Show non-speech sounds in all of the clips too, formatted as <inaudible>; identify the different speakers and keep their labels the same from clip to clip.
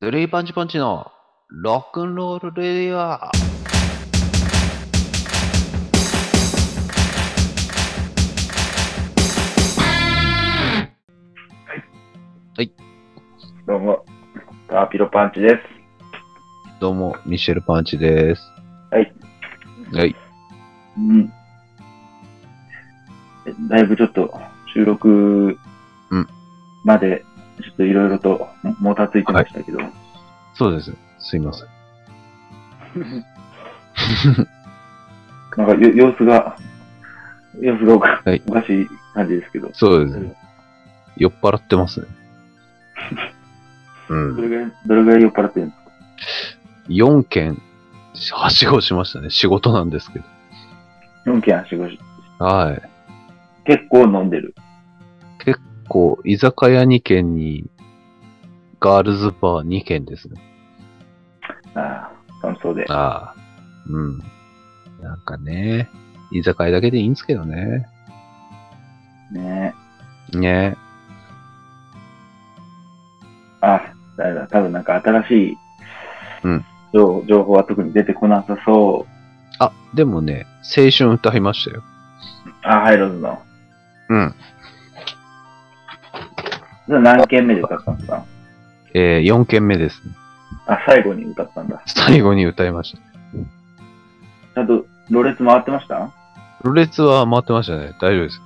Speaker 1: ドリーパンチポンチのロックンロールレディア
Speaker 2: どうも、ターピロパンチです。
Speaker 1: どうも、ミシェルパンチです。
Speaker 2: はい。
Speaker 1: はい。
Speaker 2: うん。だいぶちょっと収録
Speaker 1: うん
Speaker 2: まで、ちょっといろいろとももたついてましたけど、
Speaker 1: そうです。すいません。
Speaker 2: なんかよ様子が、様子がおか,、
Speaker 1: はい
Speaker 2: おかしい感じですけど、
Speaker 1: そうです
Speaker 2: う
Speaker 1: ね
Speaker 2: ん。
Speaker 1: 酔っ払ってますね。う
Speaker 2: ど
Speaker 1: ん。
Speaker 2: れぐらい、どれぐらい酔っ払ってるんですか
Speaker 1: 4件、はしごしましたね。仕事なんですけど。
Speaker 2: ?4 件足腰。
Speaker 1: はい。
Speaker 2: 結構飲んでる。
Speaker 1: こう、居酒屋2軒に、ガールズバー2軒ですね。
Speaker 2: ああ、楽しそうで。
Speaker 1: ああ。うん。なんかね、居酒屋だけでいいんですけどね。
Speaker 2: ね
Speaker 1: ね
Speaker 2: あ、だめだ、多分なんか新しい、
Speaker 1: うん
Speaker 2: 情情報は特に出てこなさそう。
Speaker 1: あ、でもね、青春歌いましたよ。
Speaker 2: あ、ハイローズの。
Speaker 1: うん。
Speaker 2: それ何件目で歌ったんですか
Speaker 1: えー、4軒目ですね。
Speaker 2: あ、最後に歌ったんだ。
Speaker 1: 最後に歌いました。
Speaker 2: ちゃんと、ろれつ回ってました
Speaker 1: ロレツは回ってましたね。大丈夫です。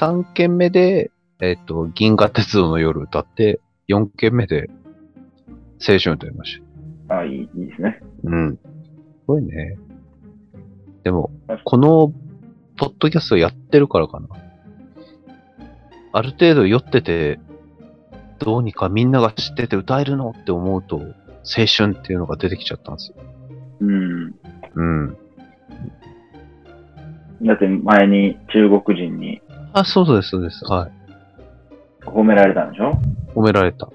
Speaker 1: 3軒目で、えっ、と、銀河鉄道の夜歌って、4軒目で、青春歌いました。
Speaker 2: あ、いい、いいですね。
Speaker 1: うん。すごいね。でも
Speaker 2: 確かに、
Speaker 1: この、ポッドキャストやってるからかな。ある程度酔ってて、どうにかみんなが知ってて歌えるのって思うと、青春っていうのが出てきちゃったんですよ。
Speaker 2: うん。
Speaker 1: うん。
Speaker 2: だって前に中国人に
Speaker 1: あ、そうです、そうです。はい。
Speaker 2: 褒められたんでしょ
Speaker 1: 褒められた。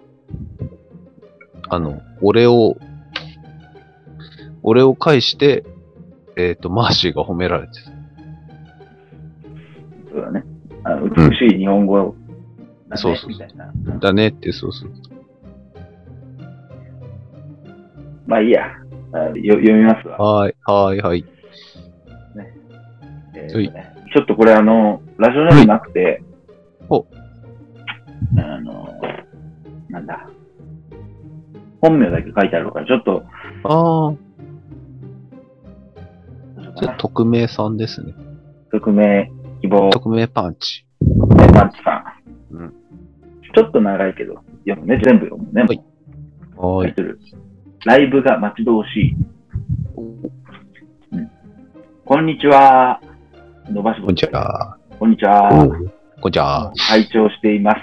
Speaker 1: あの、俺を、俺を介して、えっ、と、マーシーが褒められてた。
Speaker 2: そうだね。あの美しい日本語だね、
Speaker 1: そうそうそう
Speaker 2: みたいな。
Speaker 1: だねって、そうそう。
Speaker 2: まあいいや。あよ読みますわ。
Speaker 1: はーい、はーい、はい。
Speaker 2: えーとねちょっとこれあの、ラジオネームなくて、
Speaker 1: ほ
Speaker 2: あの、なんだ。本名だけ書いてあるから、ちょっと、
Speaker 1: ああ。
Speaker 2: どうしよう
Speaker 1: じ
Speaker 2: か
Speaker 1: ゃあ
Speaker 2: な
Speaker 1: 匿名さんですね。
Speaker 2: 匿名希望、
Speaker 1: 匿名パンチ。
Speaker 2: マンチさん。
Speaker 1: うん
Speaker 2: ちょっと長いけど、読むね、全部読むね。
Speaker 1: はいはー
Speaker 2: タイ
Speaker 1: い。
Speaker 2: トルライブが待ち遠しい。うんこんにちは。伸ばし棒
Speaker 1: こんにち。は。
Speaker 2: こんにち
Speaker 1: こ
Speaker 2: は。
Speaker 1: んにちは。
Speaker 2: 拝聴しています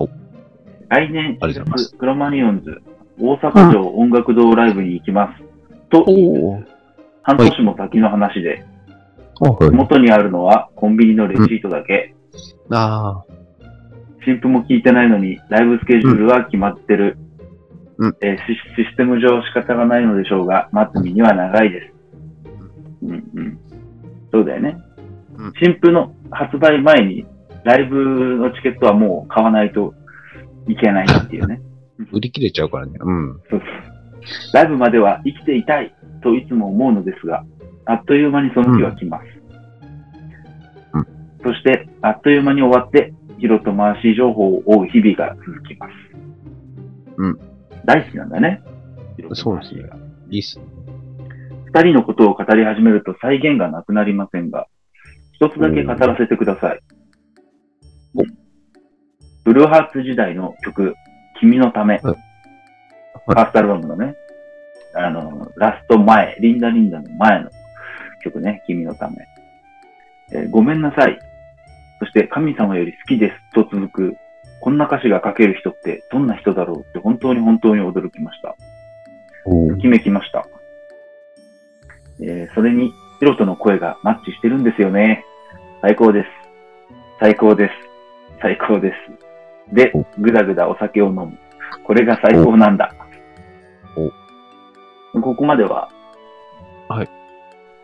Speaker 1: お。
Speaker 2: 来年
Speaker 1: ありがとうございます
Speaker 2: クロマニオンズ大阪城音楽堂ライブに行きます。と言いつつ
Speaker 1: おー
Speaker 2: 半年も先の話で、
Speaker 1: あはい。
Speaker 2: 元にあるのはコンビニのレシートだけ。
Speaker 1: あ
Speaker 2: 新譜も聞いてないのに、ライブスケジュールは決まってる。
Speaker 1: うん
Speaker 2: えーシシステム上仕方がないのでしょうが、待つ身には長いです。うんうん、そうだよね
Speaker 1: うん。
Speaker 2: 新譜の発売前に、ライブのチケットはもう買わないといけないっていうね。
Speaker 1: ー売り切れちゃうからね。うん。
Speaker 2: そうそうライブまでは生きていたいといつも思うのですが、あっという間にその日は来ます。
Speaker 1: うんう
Speaker 2: そして、あっという間に終わって、ヒロと回し情報を追う日々が続きます。
Speaker 1: うん。
Speaker 2: 大好きなんだね。ヒロと回し
Speaker 1: そうですね。いいっすね。
Speaker 2: 二人のことを語り始めると再現がなくなりませんが、一つだけ語らせてください。
Speaker 1: お
Speaker 2: ブルーハーツ時代の曲、君のため。
Speaker 1: はい
Speaker 2: ファーストアルバムのね、あの、ラスト前、リンダリンダの前の曲ね、君のため。えーごめんなさい。そして、神様より好きですと続く、こんな歌詞が書ける人ってどんな人だろうって本当に本当に驚きました。
Speaker 1: お
Speaker 2: ときめきました。えーそれに、ヒロトの声がマッチしてるんですよね。最高です。最高です。最高です。で
Speaker 1: お、
Speaker 2: ぐだぐだお酒を飲む。これが最高なんだ。
Speaker 1: お
Speaker 2: ここまでは、
Speaker 1: はい。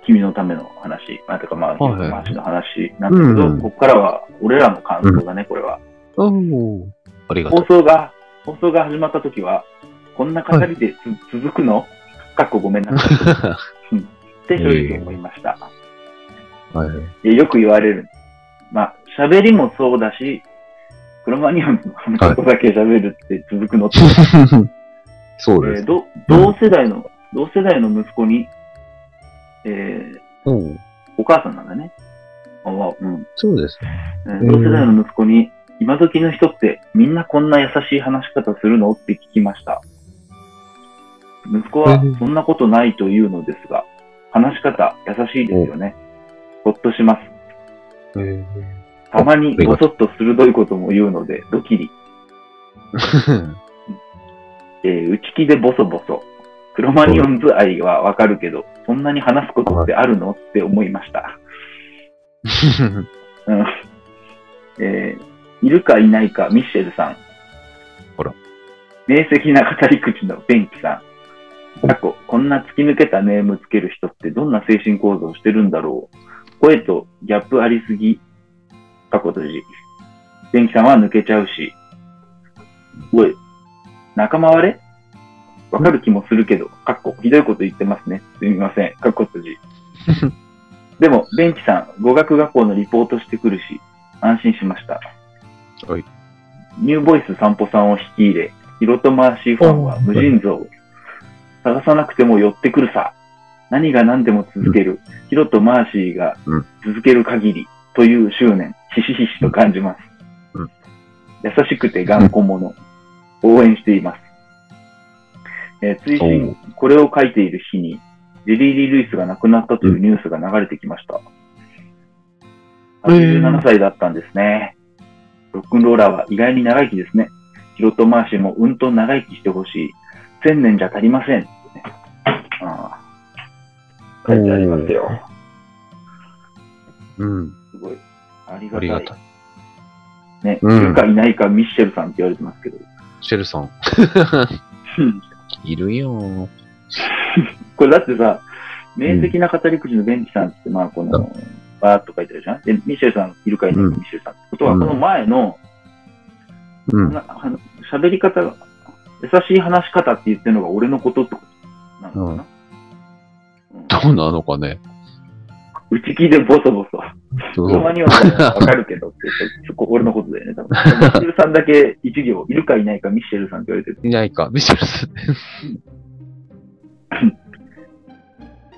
Speaker 2: 君のための話、まあ、てかまあ、
Speaker 1: はいはい
Speaker 2: 君の話の話なんだけど、
Speaker 1: うんうん
Speaker 2: ここからは俺らの感想だね、これは。
Speaker 1: おーありがと
Speaker 2: 放
Speaker 1: う。
Speaker 2: 送が、放送が始まった時は、こんな語りでつ、続くの <laughs> かっこごめんなさいって正直思いました。
Speaker 1: はい。
Speaker 2: でよく言われる。まあ、喋りもそうだし、クロマニアムのことだけ喋るって続くのって、
Speaker 1: <laughs> そうで
Speaker 2: えー
Speaker 1: す。
Speaker 2: ど同世代の、同世代の息子に、えー
Speaker 1: おー
Speaker 2: お母さんなんだね。あまあうん
Speaker 1: そうですね。
Speaker 2: えー同世代の息子に、今時の人ってみんなこんな優しい話し方するのって聞きました。息子はそんなことないというのですが、話し方優しいですよね。ほっとします。
Speaker 1: えー、
Speaker 2: たまにぼそっと鋭いことも言うので、ドキリ。えー内気でボソボソ。クロマニオンズ愛はわかるけど、そんなに話すことってあるのって思いました。うんえーいるかいないか、ミッシェルさん。
Speaker 1: ほら。
Speaker 2: 明晰な語り口のベンキさん。過去、こんな突き抜けたネームつける人ってどんな精神構造してるんだろう。声とギャップありすぎ。過去閉じ。ベンキさんは抜けちゃうし。おい、仲間割れわかる気もするけど、かっこ、ひどいこと言ってますね。すみません。かっこ
Speaker 1: <laughs>
Speaker 2: 閉じ。でも、ベンキさん、語学学校のリポートしてくるし、安心しました。
Speaker 1: はい。
Speaker 2: ニューボイス散歩さんを引き入れ、広と回しファンは無尽蔵。探さなくても寄ってくるさ。何が何でも続ける。ヒロとマーシーが
Speaker 1: うん
Speaker 2: 続ける限りという執念、ひしひしと感じます。
Speaker 1: うん
Speaker 2: 優しくて頑固者。応援しています。えー、追
Speaker 1: お
Speaker 2: 伸、これを書いている日に、ジェリー・リー・ルイスが亡くなったというニュースが流れてきました。
Speaker 1: へー
Speaker 2: 87歳だったんですね。ロックンローラーは意外に長生きですね。ヒロトマーシーもうんと長生きしてほしい。千年じゃ足りません。ね、ああ書いてありますよ。
Speaker 1: うん。
Speaker 2: すごい。ありが
Speaker 1: あ
Speaker 2: た
Speaker 1: り
Speaker 2: い。
Speaker 1: がたい。
Speaker 2: ね、
Speaker 1: うん
Speaker 2: いるかいないかミッシェルさんって言われてますけど。
Speaker 1: シェルさん。いるよー。
Speaker 2: <laughs> これだってさ、明晰な語り口のベンチさんって、まあ、こ
Speaker 1: う
Speaker 2: の、バーっと書いてあるじゃん。で、ミシェルさんいるかいないか、
Speaker 1: うん
Speaker 2: ミシェルさんってことは、この前の、
Speaker 1: うん。
Speaker 2: なあの喋り方が、優しい話し方って言ってるのが俺のことってことなのかな、うん
Speaker 1: どうなのかね。
Speaker 2: 内気でボソボソ。
Speaker 1: どう
Speaker 2: たまにはわかるけどって、そこ俺のことだよね、
Speaker 1: <laughs>
Speaker 2: 多分。ミシェルさんだけ一行、いるかいないかミシェルさんって言われてる。
Speaker 1: いないか。ミシェルさん。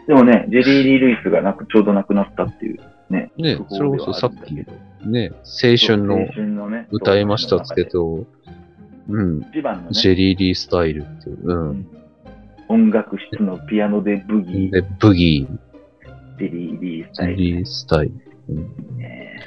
Speaker 2: でもね、ジェリー・リー・ルイスがなくちょうど亡くなったっていうね。
Speaker 1: ね
Speaker 2: 訃報
Speaker 1: それこそ
Speaker 2: ではあるんだけど
Speaker 1: ね、青春の
Speaker 2: 青春のね
Speaker 1: 歌いましたっつけ。ど、うん。
Speaker 2: 一番のね、
Speaker 1: ジェリーリースタイルっていう。うん。
Speaker 2: 音楽室のピアノでブギー、
Speaker 1: で、ブギー、
Speaker 2: ジェリー・リー
Speaker 1: ジ
Speaker 2: ス
Speaker 1: ェ
Speaker 2: タイル
Speaker 1: リースタイル。
Speaker 2: ね。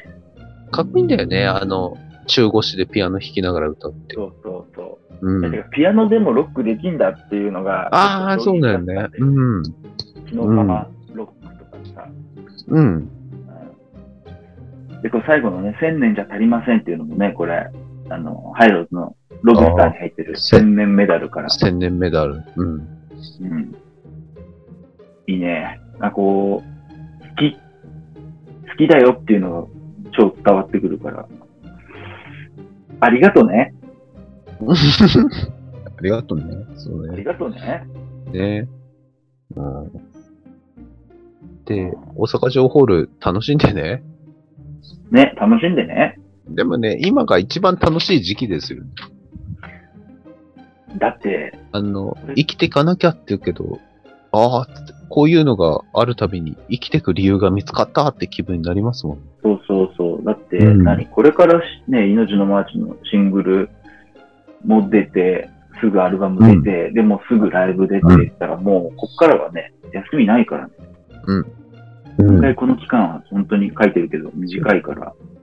Speaker 1: かっこいいんだよね。あの、中腰でピアノ弾きながら歌うって。
Speaker 2: そうそうそうう。だ
Speaker 1: ん。
Speaker 2: からピアノでもロックできんだっていうのが、
Speaker 1: ああ、そうだよね。うん。
Speaker 2: 昨日様ロックとかさ。
Speaker 1: うん。
Speaker 2: うんで、これ最後のね、千年じゃ足りませんっていうのもね、これ、あの、ハイローズのロブスターに入ってる
Speaker 1: あーせ
Speaker 2: 千年メダルから。
Speaker 1: 千年メダル。うん。
Speaker 2: うん。いいね。あ、こう、好き、好きだよっていうのが超伝わってくるから。ありがとね。
Speaker 1: ありがとうね。そう
Speaker 2: あり
Speaker 1: ね。
Speaker 2: がとね。
Speaker 1: ね。うん。で、大阪城ホール楽しんでね。
Speaker 2: ね、楽しんでね。
Speaker 1: でもね、今が一番楽しい時期ですよね。
Speaker 2: だって、
Speaker 1: あの、生きていかなきゃって言うけど、ああ、こういうのがあるたびに生きてく理由が見つかったって気分になりますもん。
Speaker 2: そうそうそう。だって、
Speaker 1: うん
Speaker 2: 何これからしね、命のマーチのシングルも出て、すぐアルバム出て、でもすぐライブ出てって言ったら、もう、こっからはね、休みないからね。一回この期間は本当に書いてるけど、短いから。
Speaker 1: うん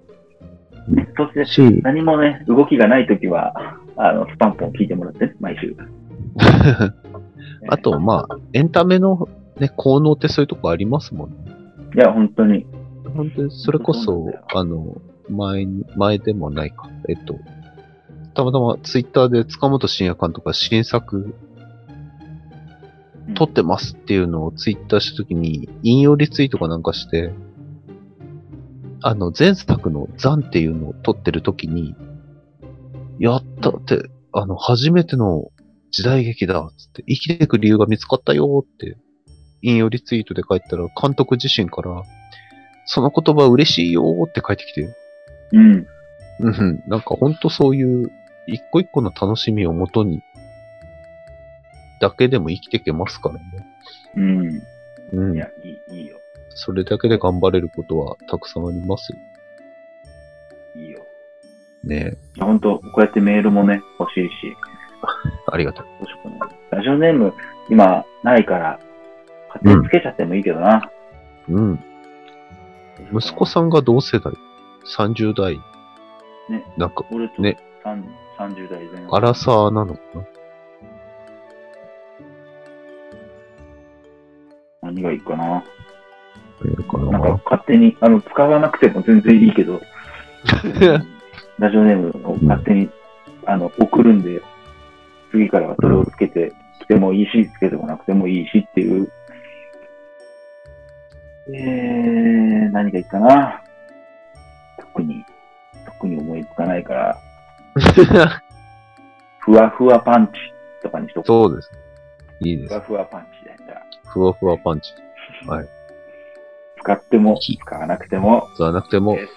Speaker 2: ね、そして、
Speaker 1: <laughs> し、
Speaker 2: 何もね、動きがないときは、あの、スパンポン聞いてもらってね、毎週。
Speaker 1: あと、まあ、エンタメの、ね、効能ってそういうとこありますもんね。
Speaker 2: いや、本当に。
Speaker 1: 本当に、それこ
Speaker 2: そう
Speaker 1: そ
Speaker 2: なんだよ、
Speaker 1: あの、前に、前でもないか。えっと、たまたまツイッターで塚本慎也監督が新作、撮ってますっていうのをツイッターしたときに、引用リツイートかなんかして、あの、前作のザンっていうのを撮ってるときに、やったって、あの、初めての時代劇だっつって、生きていく理由が見つかったよって、引用リツイートで書いたら、監督自身から、その言葉嬉しいよって返ってきて、
Speaker 2: うん。
Speaker 1: うん、なんかほんとそういう一個一個の楽しみをもとにだけでも生きていけますからね。
Speaker 2: うん。
Speaker 1: う
Speaker 2: い
Speaker 1: ん
Speaker 2: や、、いい、いいよ。
Speaker 1: それだけで頑張れることはたくさんありますよ
Speaker 2: いいよ。
Speaker 1: ね。
Speaker 2: 本当こうやってメールもね、欲しいし、
Speaker 1: ありがとう。
Speaker 2: どうしようかな。ラジオネーム、今、ないから、勝手につけちゃってもいいけどな。
Speaker 1: うん。息子さんが同世代、30代、
Speaker 2: ね
Speaker 1: なんか、
Speaker 2: 俺と
Speaker 1: ね
Speaker 2: さん30代前
Speaker 1: アラサーなのかな
Speaker 2: 何がいいかな。
Speaker 1: いるかな
Speaker 2: なんか勝手に、あの、使わなくても全然いい
Speaker 1: <laughs>
Speaker 2: けど、ラジオネームを勝手に、あの、送るんで、次からはそれをつけてきてもいいし、つけてもなくてもいいしっていう。えー、何がいいかな。特に、特に思いつかないから、ふわふわパンチとかにしとこ。
Speaker 1: そうです。いいうで
Speaker 2: ふ
Speaker 1: す
Speaker 2: わ。ふわパンチだったら、
Speaker 1: ふわふわパンチ。はい。
Speaker 2: 使っても、使わなくても、
Speaker 1: 使わなくても
Speaker 2: え、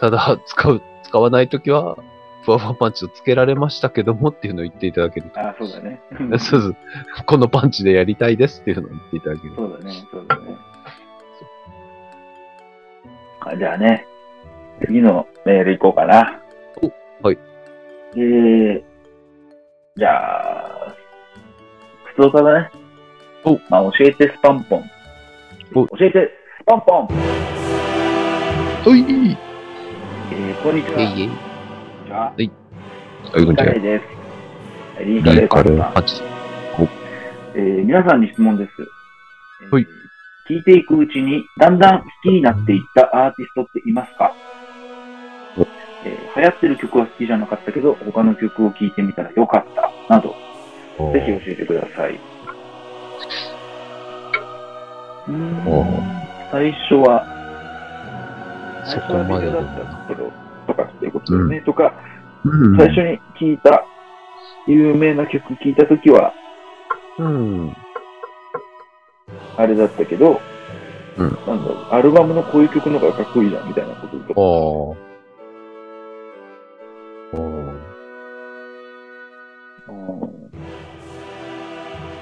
Speaker 1: ただ、使う、使わないときは、ふわふわパンチをつけられましたけどもっていうのを言っていただけると。
Speaker 2: あ、そうだね。
Speaker 1: そうそう。このパンチでやりたいですっていうのを言っていただける。
Speaker 2: そうだね、そうだね。あじゃあね、次のメール行こうかな。
Speaker 1: おはい。
Speaker 2: えー、じゃあ、普通かだね。
Speaker 1: お
Speaker 2: まあ、教えてスパンポン。
Speaker 1: お
Speaker 2: 教えてスパンポン、
Speaker 1: はい。い
Speaker 2: えー、こんにちは。
Speaker 1: えいえい。
Speaker 2: こんにちは。
Speaker 1: はい、こんにち
Speaker 2: 誰
Speaker 1: は。
Speaker 2: です。リーカ
Speaker 1: リ
Speaker 2: レ
Speaker 1: ー
Speaker 2: ーパ
Speaker 1: カ
Speaker 2: ン
Speaker 1: ル
Speaker 2: さん
Speaker 1: パンチ。
Speaker 2: えー皆さんに質問です。えー
Speaker 1: はい
Speaker 2: 聞いていくうちに、だんだん好きになっていったアーティストっていますか、
Speaker 1: お
Speaker 2: えー流行ってる曲は好きじゃなかったけど、他の曲を聴いてみたらよかった、など、ぜひ教えてください。うーん
Speaker 1: お
Speaker 2: 最初は、
Speaker 1: そ
Speaker 2: 最初
Speaker 1: こ
Speaker 2: は
Speaker 1: まで
Speaker 2: ビデ
Speaker 1: だ
Speaker 2: オだったけど、とかっていうことですね、とか、
Speaker 1: うん。
Speaker 2: 最初に聴いた有名な曲聴いたときは、
Speaker 1: うん。
Speaker 2: あれだったけど、
Speaker 1: うん
Speaker 2: なんだろうアルバムのこういう曲の方がかっこいいじゃんみたいなこと
Speaker 1: ああ。
Speaker 2: とか、
Speaker 1: おー
Speaker 2: うん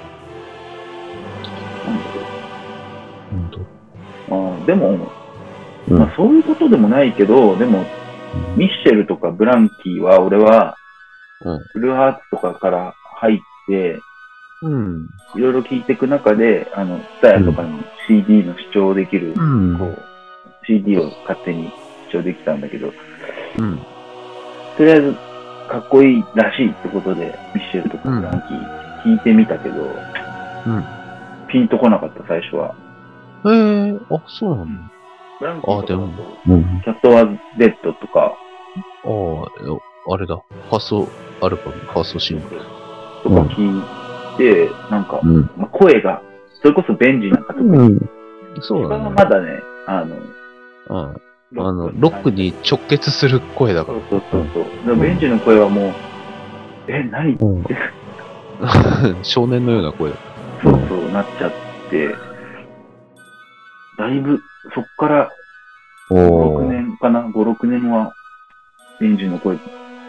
Speaker 1: ほ
Speaker 2: なんだ
Speaker 1: んと
Speaker 2: ろううんでも、
Speaker 1: うん
Speaker 2: まあ、そういうことでもないけど、でも、ミッシェルとかブランキーは、俺は、
Speaker 1: うん
Speaker 2: フルハーツとかから入って、
Speaker 1: うん。
Speaker 2: いろいろ聴いていく中で、あの、スタヤとかの CD の視聴できる、
Speaker 1: うん。
Speaker 2: こう、CD を勝手に視聴できたんだけど、
Speaker 1: うん。
Speaker 2: とりあえず、かっこいいらしいってことで、ミッシェルとかフランキー聞いてみたけど、
Speaker 1: うん
Speaker 2: ピンとこなかった、最初は。
Speaker 1: ええー、あ、そうなんだ。
Speaker 2: フランキー
Speaker 1: あ
Speaker 2: と
Speaker 1: で
Speaker 2: か
Speaker 1: も
Speaker 2: だと
Speaker 1: うん。
Speaker 2: キャットワーズ・デッドとか、
Speaker 1: ああ、あれだ。ファーストアルバム、ファーストシングル。
Speaker 2: とか聞いて、なんか、
Speaker 1: うん。
Speaker 2: まあ声が、それこそベンジなんかとか、
Speaker 1: うん。そう
Speaker 2: 他
Speaker 1: だね
Speaker 2: はま。だね、あの、
Speaker 1: うん。あの、ロックに直結する声だか
Speaker 2: そ
Speaker 1: ら。
Speaker 2: うそうそうそう。でもベンジの声はもう、え、何
Speaker 1: うん <laughs> 少年のような声だ。
Speaker 2: そうそうなっちゃって、だいぶ、そっから5、6
Speaker 1: ー。
Speaker 2: 年かな、5、6年は、エンジンの声が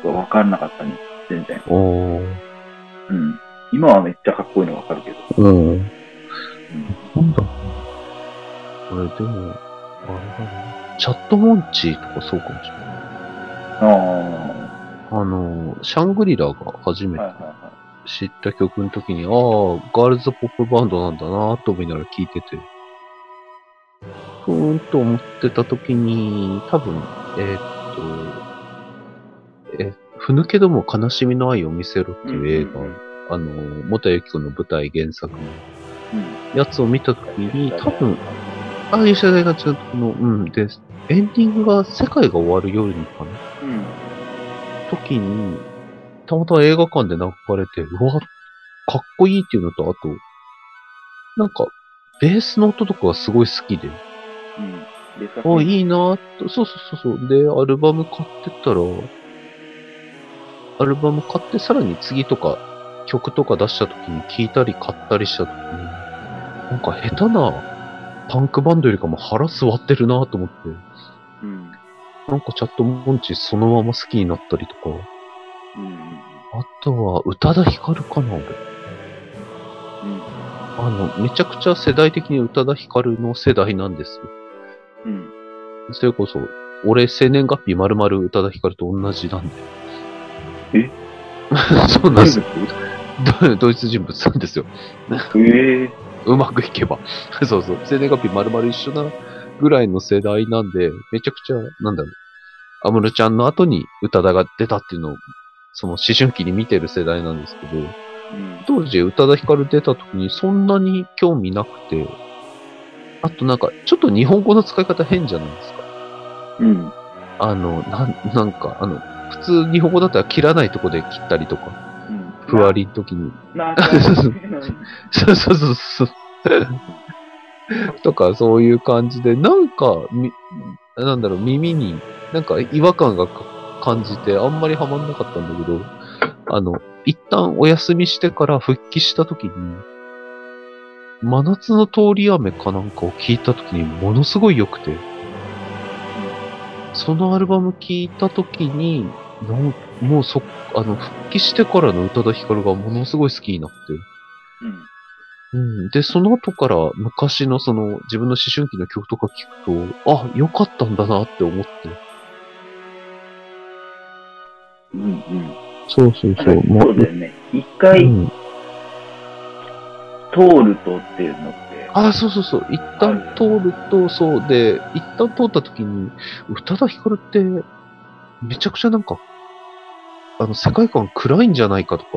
Speaker 2: 分からなかったね、全然。
Speaker 1: おー。
Speaker 2: うん。今はめっちゃかっこいいの分かるけど。
Speaker 1: うん。
Speaker 2: うん
Speaker 1: なんだろうなこれでも、あれだな。チャットモンチーとかそうかもしれない。
Speaker 2: あ
Speaker 1: あの、シャングリラが初
Speaker 2: あ、
Speaker 1: め
Speaker 2: はい
Speaker 1: て
Speaker 2: はいは
Speaker 1: 知った曲の時に、ああ、ガールズポップバンドなんだなぁと思いながら聴いてて、ふーんと思ってた時に、多分、えーっと、え、ふぬけども悲しみの愛を見せろって
Speaker 2: い。
Speaker 1: いう映画、
Speaker 2: うん
Speaker 1: あの、もたゆき子の舞台原作の
Speaker 2: うん
Speaker 1: やつを見た時に、多分、
Speaker 2: う
Speaker 1: ああいう世代がちょっとこの、うん、で、エンディングが世界が終わる夜にかな、
Speaker 2: ん。
Speaker 1: 時に、たまたま映画館で流れて、うわ、かっこいいっていうのと、あと、なんか、ベースの音とかがすごい好きで、
Speaker 2: うん。で、さ
Speaker 1: あ、いいなと、そうそうそうそう。で、アルバム買ってたら、アルバム買って、さらに次とか、曲とか出した時に聴いたり買ったりした時に、なんか下手なパンクバンドよりかも腹座ってるなと思って、
Speaker 2: うん。
Speaker 1: なんかチャットモンチそのまま好きになったりとか、
Speaker 2: うん。
Speaker 1: あとは宇多田ヒカルかな、俺。
Speaker 2: うん。
Speaker 1: あの、めちゃくちゃ世代的に宇多田ヒカルの世代なんですよ。
Speaker 2: うん。
Speaker 1: それこそ、俺、生年月日まるまる宇多田ヒカルと同じなんで。
Speaker 2: え
Speaker 1: <laughs> そうなんですよ。
Speaker 2: え
Speaker 1: ど同一人物なんですよ。
Speaker 2: え
Speaker 1: うまくいけば。 <laughs> そうそう。生年月日まるまる一緒なぐらいの世代なんで、めちゃくちゃ、なんだろう。アムロちゃんの後に宇多田が出たっていうのを、その思春期に見てる世代なんですけど、
Speaker 2: うん。
Speaker 1: 当時、宇多田ヒカル出た時にそんなに興味なくて、あとなんか、ちょっと日本語の使い方変じゃないですか。
Speaker 2: うん。
Speaker 1: あの、なん、なんか、あの、普通日本語だったら切らないとこで切ったりとか、
Speaker 2: うん。
Speaker 1: ふわりの時に。
Speaker 2: な。なんか
Speaker 1: <laughs> そうそうそうそう。とか、そういう感じで、なんか、み、なんだろう、耳に、なんか違和感がか感じて、あんまりハマんなかったんだけど、あの、一旦お休みしてから復帰した時に、真夏の通り雨かなんかを聞いた時にものすごい良くて、そのアルバム聞いた時に、なんもうそ、あの、復帰してからの宇多田ヒカルがものすごい好きになって、
Speaker 2: うん。
Speaker 1: うん、で、その後から昔のその自分の思春期の曲とか聞くと、あ、良かったんだなって思って。
Speaker 2: うん。うん。
Speaker 1: そうそう
Speaker 2: そうだよね。一回
Speaker 1: ん、
Speaker 2: 通るとっていうのって、
Speaker 1: あ、そうそうそう。一旦通ると、そうで、一旦通った時に、宇多田ヒカルって、めちゃくちゃなんか、あの、世界観暗いんじゃないかとか、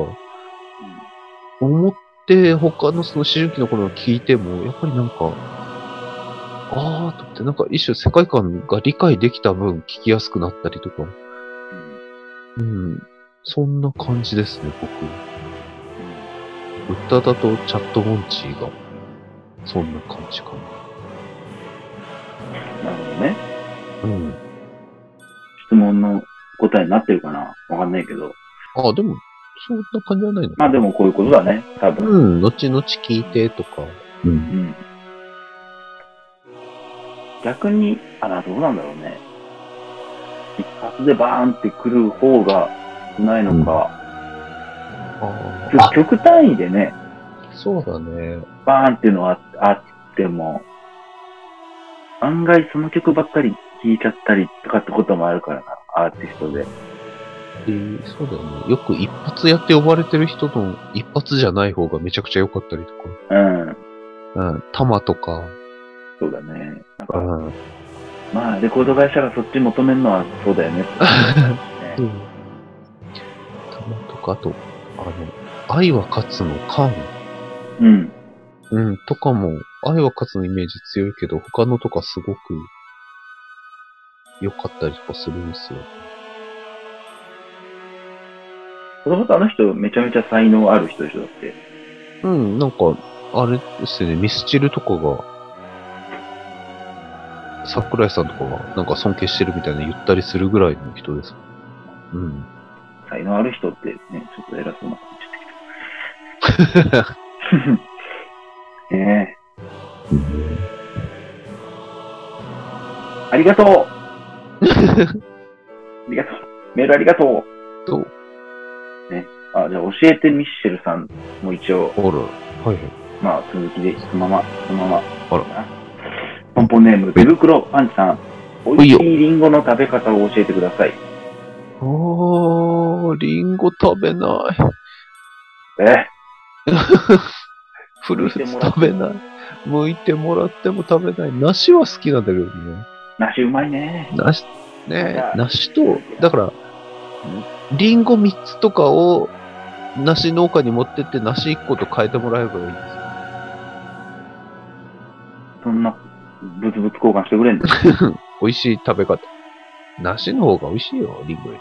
Speaker 1: 思って、他のその思春期の頃の聞いても、やっぱりなんか、あーと思って、なんか一種世界観が理解できた分聞きやすくなったりとか、う
Speaker 2: うん。
Speaker 1: ん。そんな感じですね、僕。うっただとチャットモンチーが、そんな感じか
Speaker 2: うん。なるほど
Speaker 1: な。う
Speaker 2: ね。
Speaker 1: ん。
Speaker 2: 質問の答えになってるかなわかんないけど。
Speaker 1: あ、でも、そんな感じはないの
Speaker 2: まあでもこういうことだね。多分。
Speaker 1: うん、後々聞いてとか。う。
Speaker 2: うんん。逆に、あら、どうなんだろうね。一発でバーンってくる方が少ないのか、
Speaker 1: あ
Speaker 2: 曲極単位でね、
Speaker 1: あ、そうだね。
Speaker 2: バーンっていうのはあっても、案外その曲ばっかり聴いちゃったりとかってこともあるからな、アーティストで。
Speaker 1: えーそうだよね。よく一発やって呼ばれてる人の一発じゃない方がめちゃくちゃ良かったりと
Speaker 2: うん、
Speaker 1: か。うん、玉とか。
Speaker 2: そうだね。なん
Speaker 1: う
Speaker 2: か、
Speaker 1: ん。
Speaker 2: まあ、レコード会社がそっち求めるのはそうだよね。
Speaker 1: うん。玉とか、あと、あの、愛は勝つの缶。
Speaker 2: うん、
Speaker 1: うん、とかも、愛は勝つのイメージ強いけど、他のとかすごく良かったりとかするんですよ。
Speaker 2: 子供とあの人めちゃめちゃ才能ある人でしょ、だって。
Speaker 1: うん、なんか、あれですよね、ミスチルとかが、桜井さんとかがなんか尊敬してるみたいな言ったりするぐらいの人です。うん。
Speaker 2: 才能ある人ってね、ちょっと偉そうな感じ。ねえありがとうありがとうメールありがとう
Speaker 1: と、
Speaker 2: あ、じゃあ教えてミッシェルさんも一応、
Speaker 1: あら、はいはい。
Speaker 2: まあ続きで、そのまま、そのまま。
Speaker 1: あら
Speaker 2: ポンポンネーム、手袋パンチさん。美味しいリンゴの食べ方を教えてください。
Speaker 1: あー、リンゴ食べない。
Speaker 2: え
Speaker 1: フルーツ食べない。剥いてもらっても食べない。梨は好きなんだけどね。
Speaker 2: 梨うまいね。
Speaker 1: 梨、ね
Speaker 2: は、い
Speaker 1: 梨と、だから、リンゴ3つとかを梨農家に持ってって梨1個と変えてもらえばいいんですよ。
Speaker 2: そんな、ブツブツ交換してく
Speaker 1: <laughs>
Speaker 2: れんの
Speaker 1: 美味しい食べ方。梨の方が美味しいよ、リンゴよ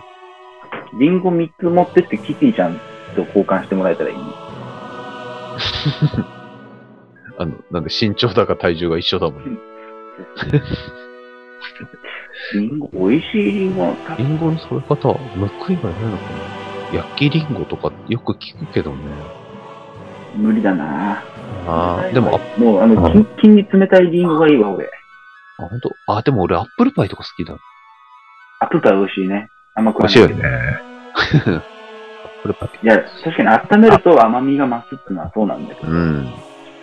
Speaker 1: り。
Speaker 2: リンゴ3つ持ってってキティちゃんと交換してもらえたらいいね
Speaker 1: あの、なんで身長だか体重が一緒だもん。
Speaker 2: リンゴ、美味しいリンゴ食べ
Speaker 1: リンゴの食べ方、報いがないのかな焼きリンゴとかよく聞くけどね。
Speaker 2: 無理だな
Speaker 1: ああ、でも、あ、
Speaker 2: もう、あの、キンキンに冷たいリンゴがいいわ、俺。
Speaker 1: あ本当あ、でも俺アップルパイとか好きだな。
Speaker 2: アップルパイ美味しいね。甘く
Speaker 1: 美
Speaker 2: は
Speaker 1: 味しい
Speaker 2: ない
Speaker 1: よ
Speaker 2: けど。
Speaker 1: ね。 <laughs> アップルパイ。
Speaker 2: いや、確かに温めると甘みが増すってのはそうなんだけど。
Speaker 1: うん。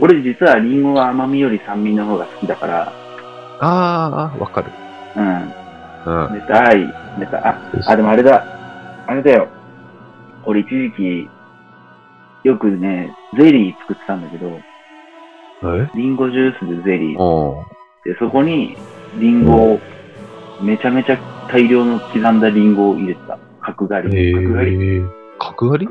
Speaker 2: 俺実はリンゴは甘みより酸味の方が好きだから、
Speaker 1: ああ、わかる。
Speaker 2: うん。
Speaker 1: うん。
Speaker 2: 寝たい。寝たい。あ、あ、でもあれだ。あれだよ。俺一時期、よくね、ゼリー作ってたんだけど、
Speaker 1: え
Speaker 2: リンゴジュースでゼリー。
Speaker 1: おー
Speaker 2: で、そこに、リンゴを、めちゃめちゃ大量の刻んだリンゴを入れてた。角刈
Speaker 1: え
Speaker 2: り。角刈り。
Speaker 1: え。角刈り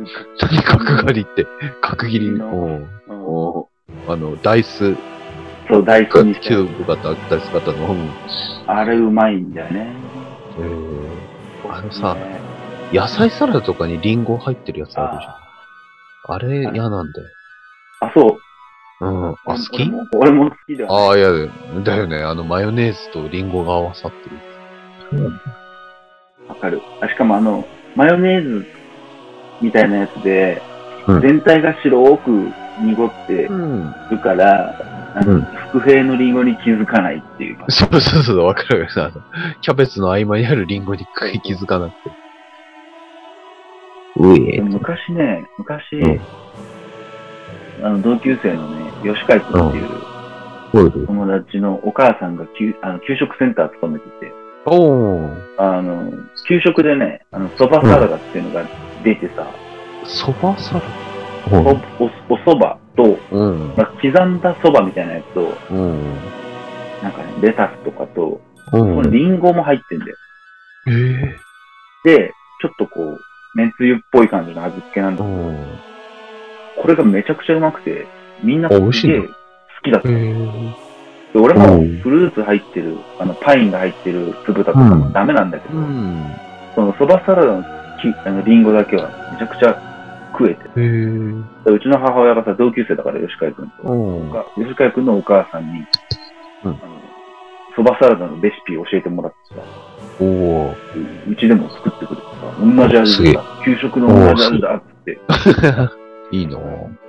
Speaker 1: 何 <laughs> 角刈りって。角切り。
Speaker 2: う
Speaker 1: うんん。
Speaker 2: うん
Speaker 1: おーあの、ダイス、
Speaker 2: そう、大
Speaker 1: キ
Speaker 2: 根に
Speaker 1: ュ
Speaker 2: して。
Speaker 1: ーブ型、ダイス型の。うん
Speaker 2: あれうまいんだよね。
Speaker 1: えーあのさ、
Speaker 2: ね
Speaker 1: 野菜サラダとかにリンゴ入ってるやつあるじゃん。
Speaker 2: あ
Speaker 1: あれ嫌なんだよ。
Speaker 2: あ、そう。
Speaker 1: うん。あ、好
Speaker 2: 俺
Speaker 1: き
Speaker 2: も俺も好きだよ、
Speaker 1: ああ、いや、だよね。あの、マヨネーズとリンゴが合わさってる。
Speaker 2: わかる。あしかもあの、マヨネーズみたいなやつで、
Speaker 1: うん
Speaker 2: 全体が白く濁って
Speaker 1: うん。
Speaker 2: るから、あの
Speaker 1: うん
Speaker 2: 伏兵のリンゴに気づかないっていうか。
Speaker 1: そうそうそう、わかるわかる。あのキャベツの合間にあるリンゴに気づかなくて。うえ
Speaker 2: でも昔ね、昔、
Speaker 1: うん
Speaker 2: あの同級生のね、吉海君っていう友達のお母さんが給あの給食センター勤めてて、
Speaker 1: おー。
Speaker 2: あの、給食でね、あの、蕎麦サラダっていうのが出てさ、
Speaker 1: そばサラ
Speaker 2: お、お、お蕎麦と、
Speaker 1: ダうん。
Speaker 2: まあ、刻んだ蕎麦みたいなやつと、
Speaker 1: うん。
Speaker 2: なんかね、レタスとかと、こ
Speaker 1: う
Speaker 2: れ
Speaker 1: ん。
Speaker 2: リンゴも入ってんだよ。
Speaker 1: ええ。
Speaker 2: で、ちょっとこう、めんつゆっぽい感じの味付けなん
Speaker 1: う
Speaker 2: だ。
Speaker 1: ん。
Speaker 2: これがめちゃくちゃうまくて、みんなす
Speaker 1: あ美味しい
Speaker 2: げ
Speaker 1: ね
Speaker 2: え好きだった。
Speaker 1: え
Speaker 2: で
Speaker 1: え。
Speaker 2: 俺も
Speaker 1: うん
Speaker 2: フルーツ入ってる、あの、パインが入ってる酢豚とかもダメなんだけど、
Speaker 1: うん。
Speaker 2: そのそばサラダのきあのリンゴだけはめちゃくちゃ食えて。
Speaker 1: ええ。
Speaker 2: でうちの母親がさ、同級生だから、吉川君と。
Speaker 1: うん。
Speaker 2: が吉川君のお母さんに、
Speaker 1: うん
Speaker 2: あのそばサラダのレシピを教えてもらってさ、
Speaker 1: おお。
Speaker 2: うちでも作ってくれてさ、同じ味
Speaker 1: すげえ
Speaker 2: でさ、給食の同じ味だっつって。
Speaker 1: <laughs> いいな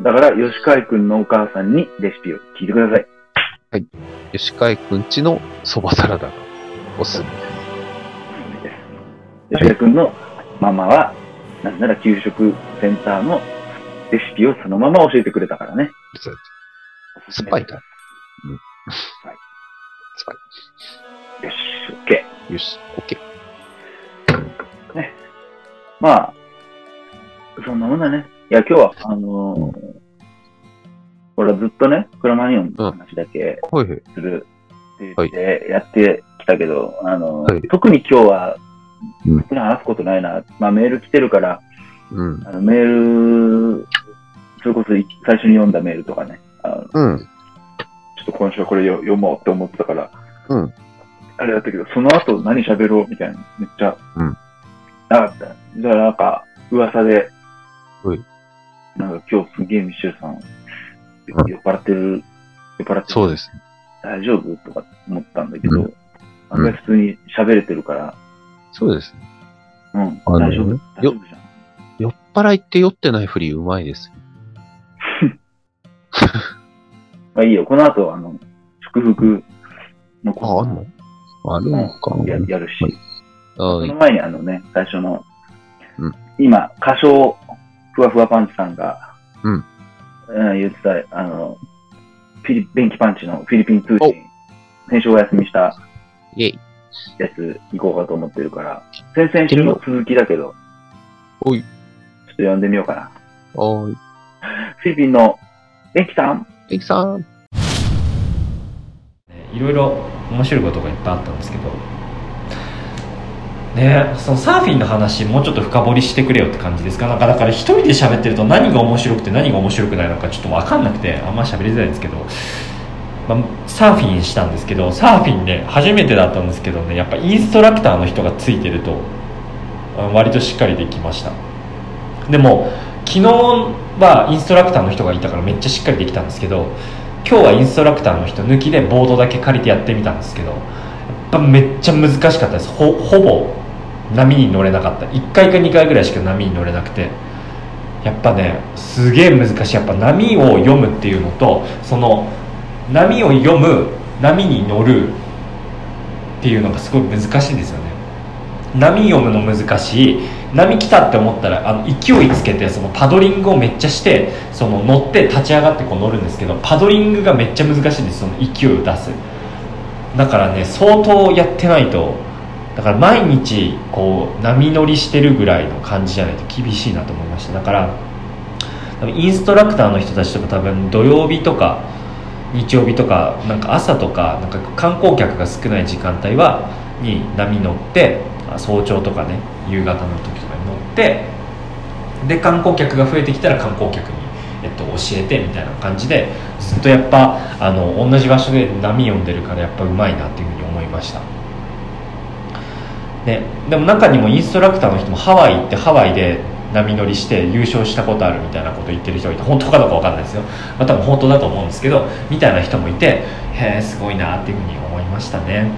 Speaker 2: だから、吉海君のお母さんにレシピを聞いてください。
Speaker 1: 吉海くんちのそばサラダがおすすめです。
Speaker 2: 吉海君のママは、なぜなら給食センターのレシピをそのまま教えてくれたからね。
Speaker 1: そう酸っぱいか。うん。
Speaker 2: はい
Speaker 1: 酸っ
Speaker 2: よし、オッケー。
Speaker 1: ぱい。よし、オッケー。
Speaker 2: まあ、そんなもんだね。いや、今日は、あのー、俺はずっとね、クロマニオンの話だけ
Speaker 1: はいはい。
Speaker 2: するって言ってやってきたけど、あのー
Speaker 1: はい
Speaker 2: 特に今日は、
Speaker 1: うん
Speaker 2: 特に話すことないな。まあ、メール来てるから、
Speaker 1: うん。
Speaker 2: あのメール、それこそ最初に読んだメールとかね、あのち
Speaker 1: うん。
Speaker 2: ょっと今週はこれよ読もうって思ってたから、
Speaker 1: うん
Speaker 2: あれだったけど、その後何喋ろうみたいな、めっちゃ、
Speaker 1: うん
Speaker 2: なかった。じゃあなんか、噂で、
Speaker 1: はい
Speaker 2: なんか今日すげえミシェルさ
Speaker 1: う
Speaker 2: ん、
Speaker 1: ん
Speaker 2: 酔っ払ってる、酔っ払ってる
Speaker 1: そうですね。
Speaker 2: 大丈夫とか思ったんだけど、
Speaker 1: う
Speaker 2: 案外普通に喋れてるから、
Speaker 1: そうですね。
Speaker 2: うん、
Speaker 1: あの
Speaker 2: 大丈夫、大丈夫
Speaker 1: よ
Speaker 2: じゃん。
Speaker 1: 酔っ払いって酔ってないふりうまいですよ。
Speaker 2: まあいいよ、この後、あの、祝福のコーナー
Speaker 1: のある
Speaker 2: の
Speaker 1: か
Speaker 2: ややるし、
Speaker 1: あ
Speaker 2: その前にあのね、最初の、
Speaker 1: うん
Speaker 2: 今、歌唱、ふわふわパンチさんが、
Speaker 1: うん
Speaker 2: うん言ってた、あの、フィリ電気パンチのフィリピン通信、先週お休みした
Speaker 1: イェイ。
Speaker 2: やつ行こうかと思ってるから、先々週の続きだけど、
Speaker 1: おい。
Speaker 2: ちょっと呼んでみようかな。
Speaker 1: おい。
Speaker 2: フィリピンの電気さん、
Speaker 1: エキさん。
Speaker 3: いろいろ面白いことがいっぱいあったんですけどねそのサーフィンの話もうちょっと深掘りしてくれよって感じですかなんかだから一人で喋ってると何が面白くて何が面白くないのかちょっと分かんなくてあんま喋りづらいですけど、まあ、サーフィンしたんですけどサーフィンね初めてだったんですけどねやっぱインストラクターの人がついてるとあ割としっかりできましたでも昨日はインストラクターの人がいたからめっちゃしっかりできたんですけど今日はインストラクターの人抜きでボードだけ借りてやってみたんですけどやっぱめっちゃ難しかったですほほぼ波に乗れなかった1回か2回ぐらいしか波に乗れなくてやっぱねすげえ難しいやっぱ波を読むっていうのとその波を読む波に乗るっていうのがすごい難しいんですよね波読むの難しい波来たって思ったらあの勢いつけてそのパドリングをめっちゃしてその乗って立ち上がってこう乗るんですけどパドリングがめっちゃ難しいんですその勢いを出すだからね相当やってないとだから毎日こう波乗りしてるぐらいの感じじゃないと厳しいなと思いましただから多分インストラクターの人たちとか多分土曜日とか日曜日とかなんか朝とかなんか観光客が少ない時間帯はに波乗ってあ早朝とかね夕方の時とかに乗ってで観光客が増えてきたら観光客に、えっと、教えてみたいな感じでずっとやっぱあの同じ場所で波読んでるからやっぱうまいなっていうふうに思いました。ね、でも中にもインストラクターの人もハワイ行ってハワイで波乗りして優勝したことあるみたいなこと言ってる人がいて本当かどうか分かんないですよ、まあ、多分本当だと思うんですけどみたいな人もいてへえすごいなっていうふうに思いましたね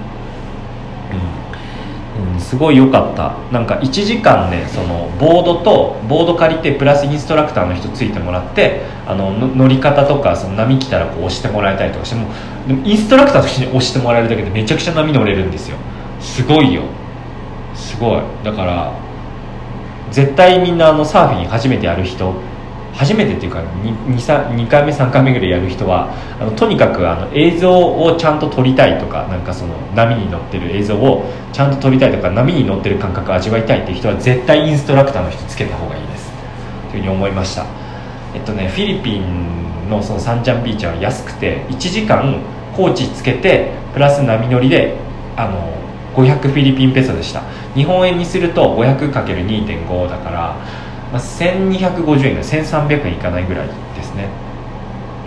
Speaker 3: うん、うん、すごい良かったなんか1時間ねそのボードとボード借りてプラスインストラクターの人ついてもらってあのの乗り方とかその波来たらこう押してもらえたりとかしてもでもインストラクターの人に押してもらえるだけでめちゃくちゃ波乗れるんですよすごいよすごいだから絶対みんなあのサーフィン初めてやる人初めてっていうか 2, 2回目3回目ぐらいやる人はあのとにかくあの映像をちゃんと撮りたいとかなんかその波に乗ってる映像をちゃんと撮りたいとか波に乗ってる感覚を味わいたいっていう人は絶対インストラクターの人つけた方がいいですというふうに思いましたえっとねフィリピンのそのサンチャンビーチは安くて1時間コーチつけてプラス波乗りであの500フィリピンペソでした日本円にすると 500×2.5 だから、まあ、1250円が1300円いかないぐらいですね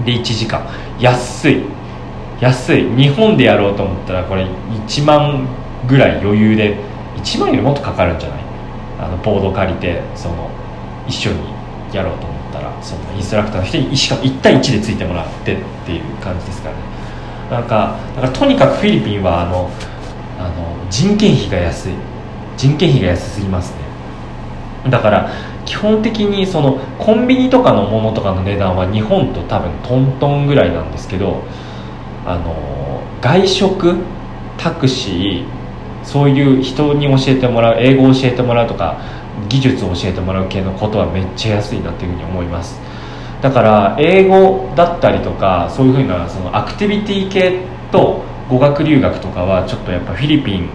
Speaker 3: で1時間安い安い日本でやろうと思ったらこれ1万ぐらい余裕で1万よりもっとかかるんじゃないあのボード借りてその一緒にやろうと思ったらそのインストラクターの人にしかも1対1でついてもらってっていう感じですからねなんかだからとにかくフィリピンはあのあの人件費が安い人件費が安すぎますねだから基本的にそのコンビニとかのものとかの値段は日本と多分トントンぐらいなんですけどあの外食タクシーそういう人に教えてもらう英語を教えてもらうとか技術を教えてもらう系のことはめっちゃ安いなっていうふうに思いますだから英語だったりとかそういうふうなそのアクティビティ系と語学留学とかはちょっとやっぱフィリピン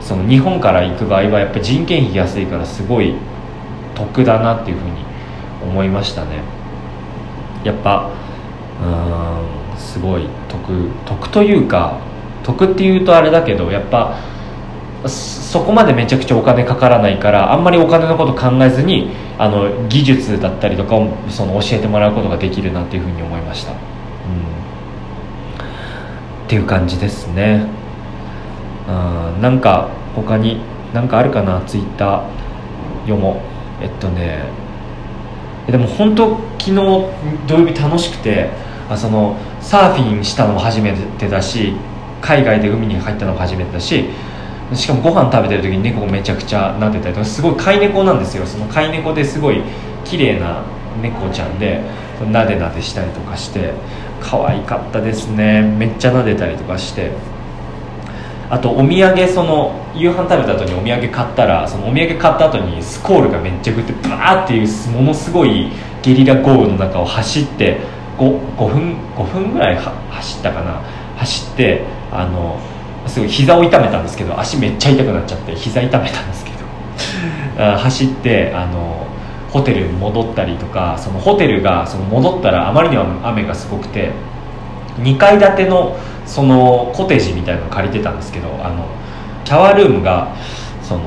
Speaker 3: その日本から行く場合はやっぱ人件費安いからすごい得だなっていうふうに思いましたねやっぱうーんすごい得得というか得っていうとあれだけどやっぱそそこまでめちゃくちゃお金かからないからあんまりお金のこと考えずにあの技術だったりとかをその教えてもらうことができるなっていうふうに思いました。うんっていう感じですねうんなんか他に何かあるかなツイッター読もうえっとねえでも本当昨日土曜日楽しくてあそのサーフィンしたのも初めてだし海外で海に入ったのも初めてだししかもご飯食べてる時に猫めちゃくちゃ撫でたりとかすごい飼い猫なんですよその飼い猫ですごい綺麗な猫ちゃんでなでなでしたりとかして可愛かったですねめっちゃ撫でたりとかしてあとお土産その夕飯食べた後にお土産買ったらそのお土産買った後にスコールがめっちゃ降ってバーっていうものすごいゲリラ豪雨の中を走って 5, 5分5分ぐらいは走ったかな走ってあのすごい膝を痛めたんですけど足めっちゃ痛くなっちゃって膝痛めたんですけど <laughs> あ走ってあのホテルに戻ったりとかそのホテルがその戻ったらあまりにも雨がすごくて2階建てのそのコテージみたいなのを借りてたんですけどあのシャワールームがその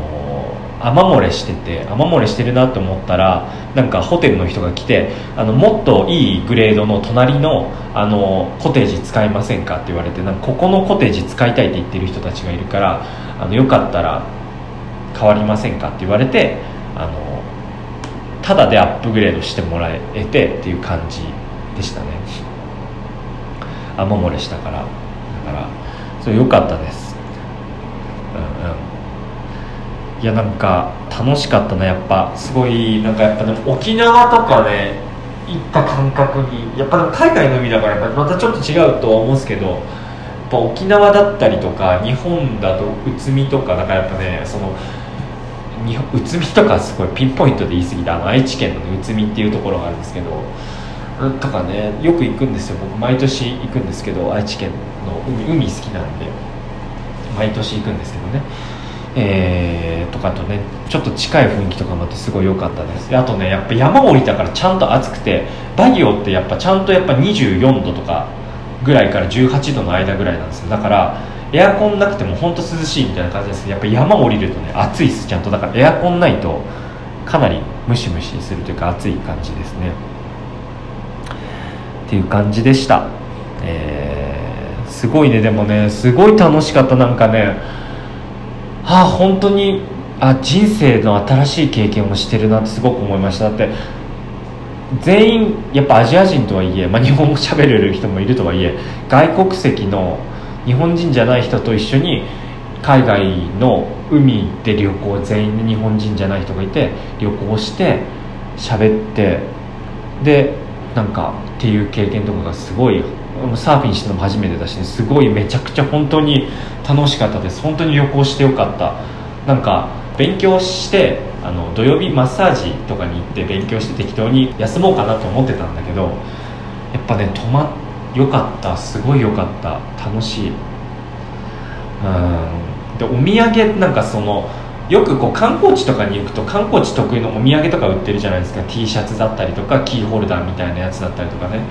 Speaker 3: 雨漏れしてて雨漏れしてるなと思ったらなんかホテルの人が来てあのもっといいグレードの隣のあのコテージ使いませんかって言われてなんかここのコテージ使いたいって言ってる人たちがいるからあのよかったら変わりませんかって言われてあのただでアップグレードしてもらえてっていう感じでしたね雨漏れしたからだからそれ良かったですうんうんいやなんか楽しかったなやっぱすごいなんかやっぱでも沖縄とかね行った感覚にやっぱでも海外の海だからやっぱまたちょっと違うとは思うんですけどやっぱ沖縄だったりとか日本だと宇都宮とかだからやっぱねその日本宇都宮とかすごいピンポイントで言い過ぎたあの愛知県の、ね、宇都宮っていうところがあるんですけどうんとかねよく行くんですよ僕毎年行くんですけど愛知県の海海好きなんで毎年行くんですけどねえーとかとねちょっと近い雰囲気とかもあってすごい良かったですであとねやっぱ山降りたからちゃんと暑くてバギオってやっぱちゃんとやっぱ24度とかぐらいから18度の間ぐらいなんですよだからエアコンなくても本当涼しいみたいな感じですけどやっぱ山降りるとね暑いですちゃんとだからエアコンないとかなりムシムシするというか暑い感じですねっていう感じでした、えーすごいねでもねすごい楽しかったなんかねああ本当にあ人生の新しい経験をしてるなってすごく思いましただって全員やっぱアジア人とはいえ、まあ、日本語喋れる人もいるとはいえ外国籍の日本人じゃない人と一緒に海外の海で旅行全員で日本人じゃない人がいて旅行して喋ってでなんかっていう経験とかがすごいサーフィンしてのも初めてだし、すごいめちゃくちゃ本当に楽しかったです本当に旅行してよかったなんか勉強してあの土曜日マッサージとかに行って勉強して適当に休もうかなと思ってたんだけどやっぱね泊まよかったすごいよかった楽しいうんでお土産なんかそのよくこう観光地とかに行くと観光地特有のお土産とか売ってるじゃないですか T シャツだったりとかキーホルダーみたいなやつだったりとかね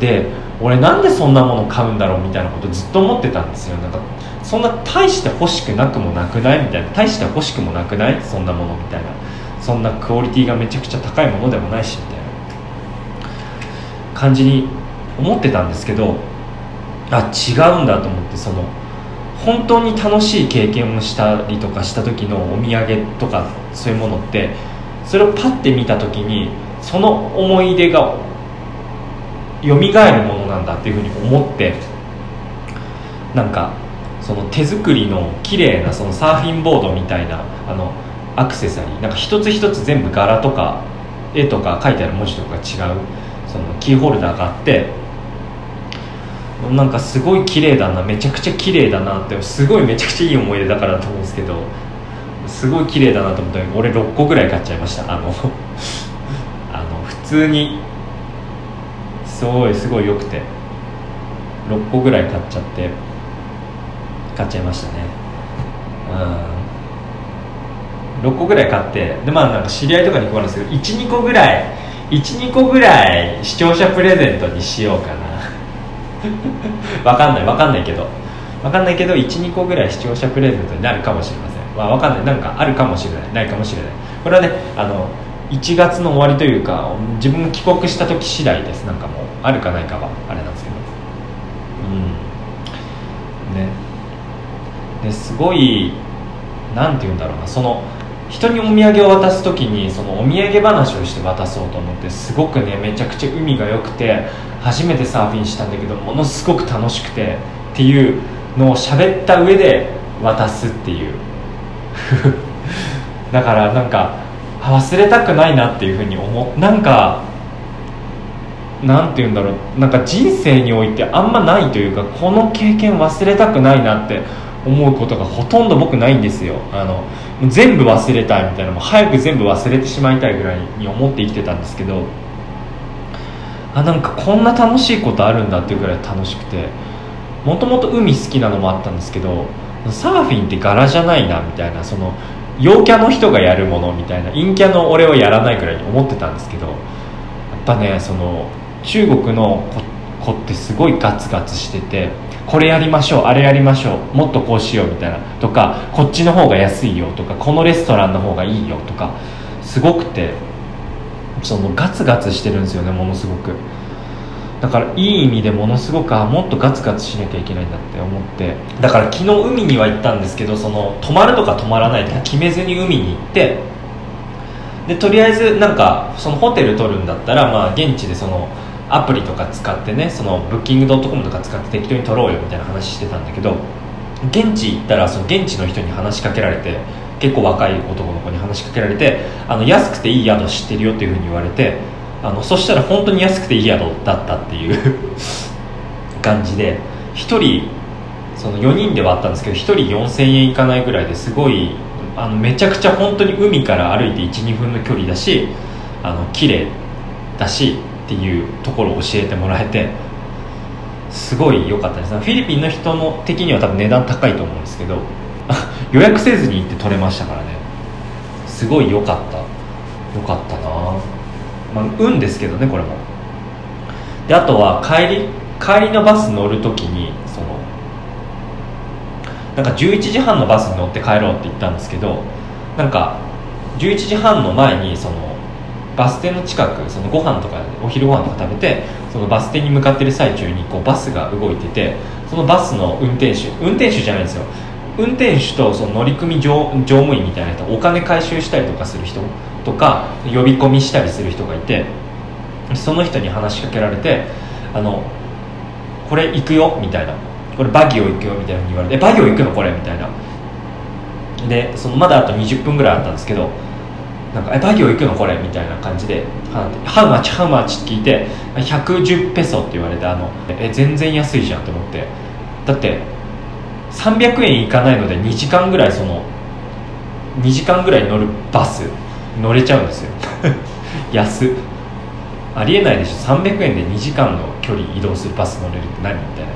Speaker 3: で俺なんでそんなもの買うんだろうみたいなことずっと思ってたんですよなんかそんな大して欲しくなくもなくないみたいな大して欲しくもなくないそんなものみたいなそんなクオリティがめちゃくちゃ高いものでもないしみたいな感じに思ってたんですけどあ違うんだと思ってその本当に楽しい経験をしたりとかした時のお土産とかそういうものってそれをパッて見た時にその思い出が蘇るものなんだっていうふうに思ってなんかその手作りの綺麗なそのサーフィンボードみたいなあのアクセサリーなんか一つ一つ全部柄とか絵とか書いてある文字とかが違うそのキーホルダーがあってなんかすごい綺麗だなめちゃくちゃ綺麗だなってすごいめちゃくちゃいい思い出だからだと思うんですけどすごい綺麗だなと思ったのに俺6個ぐらい買っちゃいましたあのあの普通にすごいすごい良くて6個ぐらい買っちゃって買っちゃいましたねうん6個ぐらい買ってでまあなんか知り合いとかに配るんですけど12個ぐらい12個ぐらい視聴者プレゼントにしようかな <laughs> わかんないわかんないけどわかんないけど12個ぐらい視聴者プレゼントになるかもしれませんまあわかんないなんかあるかもしれないないかもしれないこれはねあの1月の終わりというか自分が帰国した時次第ですなんかもうあるかないかはあれなんですけどうんねですごいなんて言うんだろうなその人にお土産を渡す時にそのお土産話をして渡そうと思ってすごくねめちゃくちゃ海が良くて初めてサーフィンしたんだけどものすごく楽しくてっていうのを喋った上で渡すっていう <laughs> だからなんかあ忘れたくないなっていうふうに思うなんかなんて言うんだろうなんか人生においてあんまないというかこの経験忘れたくないなって思うことがほとんど僕ないんですよあのもう全部忘れたいみたいなもう早く全部忘れてしまいたいぐらいに思って生きてたんですけどあなんかこんな楽しいことあるんだっていうぐらい楽しくてもともと海好きなのもあったんですけどサーフィンって柄じゃないなみたいなその陽キャの人がやるものみたいな陰キャの俺はやらないぐらいに思ってたんですけどやっぱねその中国の子子ってすごいガツガツしててこれやりましょうあれやりましょうもっとこうしようみたいなとかこっちの方が安いよとかこのレストランの方がいいよとかすごくてそのガツガツしてるんですよねものすごくだからいい意味でものすごくあもっとガツガツしなきゃいけないんだって思ってだから昨日海には行ったんですけどその泊まるとか泊まらないとか決めずに海に行ってでとりあえずなんかそのホテル取るんだったら、まあ、現地でそのアプリとか使ってねそのブッキング .com とか使って適当に撮ろうよみたいな話してたんだけど現地行ったらその現地の人に話しかけられて結構若い男の子に話しかけられてあの安くていい宿知ってるよっていうふうに言われてあのそしたら本当に安くていい宿だったっていう <laughs> 感じで1人その4人ではあったんですけど1人4000円いかないぐらいですごいあのめちゃくちゃ本当に海から歩いて12分の距離だしあの綺麗だしっていうところを教えてもらえてすごい良かったですねフィリピンの人の的には多分値段高いと思うんですけど <laughs> 予約せずに行って取れましたからねすごい良かった良かったなまあ運ですけどねこれもであとは帰り帰りのバス乗る時にそのなんか11時半のバスに乗って帰ろうって言ったんですけどなんか11時半の前にそのバス停の近くそのご飯とかお昼ご飯とか食べてそのバス停に向かってる最中にこうバスが動いててそのバスの運転手運転手じゃないんですよ運転手とその乗組乗乗務員みたいな人お金回収したりとかする人とか呼び込みしたりする人がいてその人に話しかけられて「あのこれ行くよ」みたいな「これバギオ行くよ」みたいなふうに言われて「えバギオ行くのこれ」みたいなでそのまだあと20分ぐらいあったんですけどなんか「えバギオ行くのこれ」みたいな感じで「ハウマッチハウマッチ」って聞いて「110ペソ」って言われてあのえ全然安いじゃんと思ってだって300円いかないので2時間ぐらいその2時間ぐらい乗るバス乗れちゃうんですよ <laughs> 安っありえないでしょ300円で2時間の距離移動するバス乗れるって何みたいな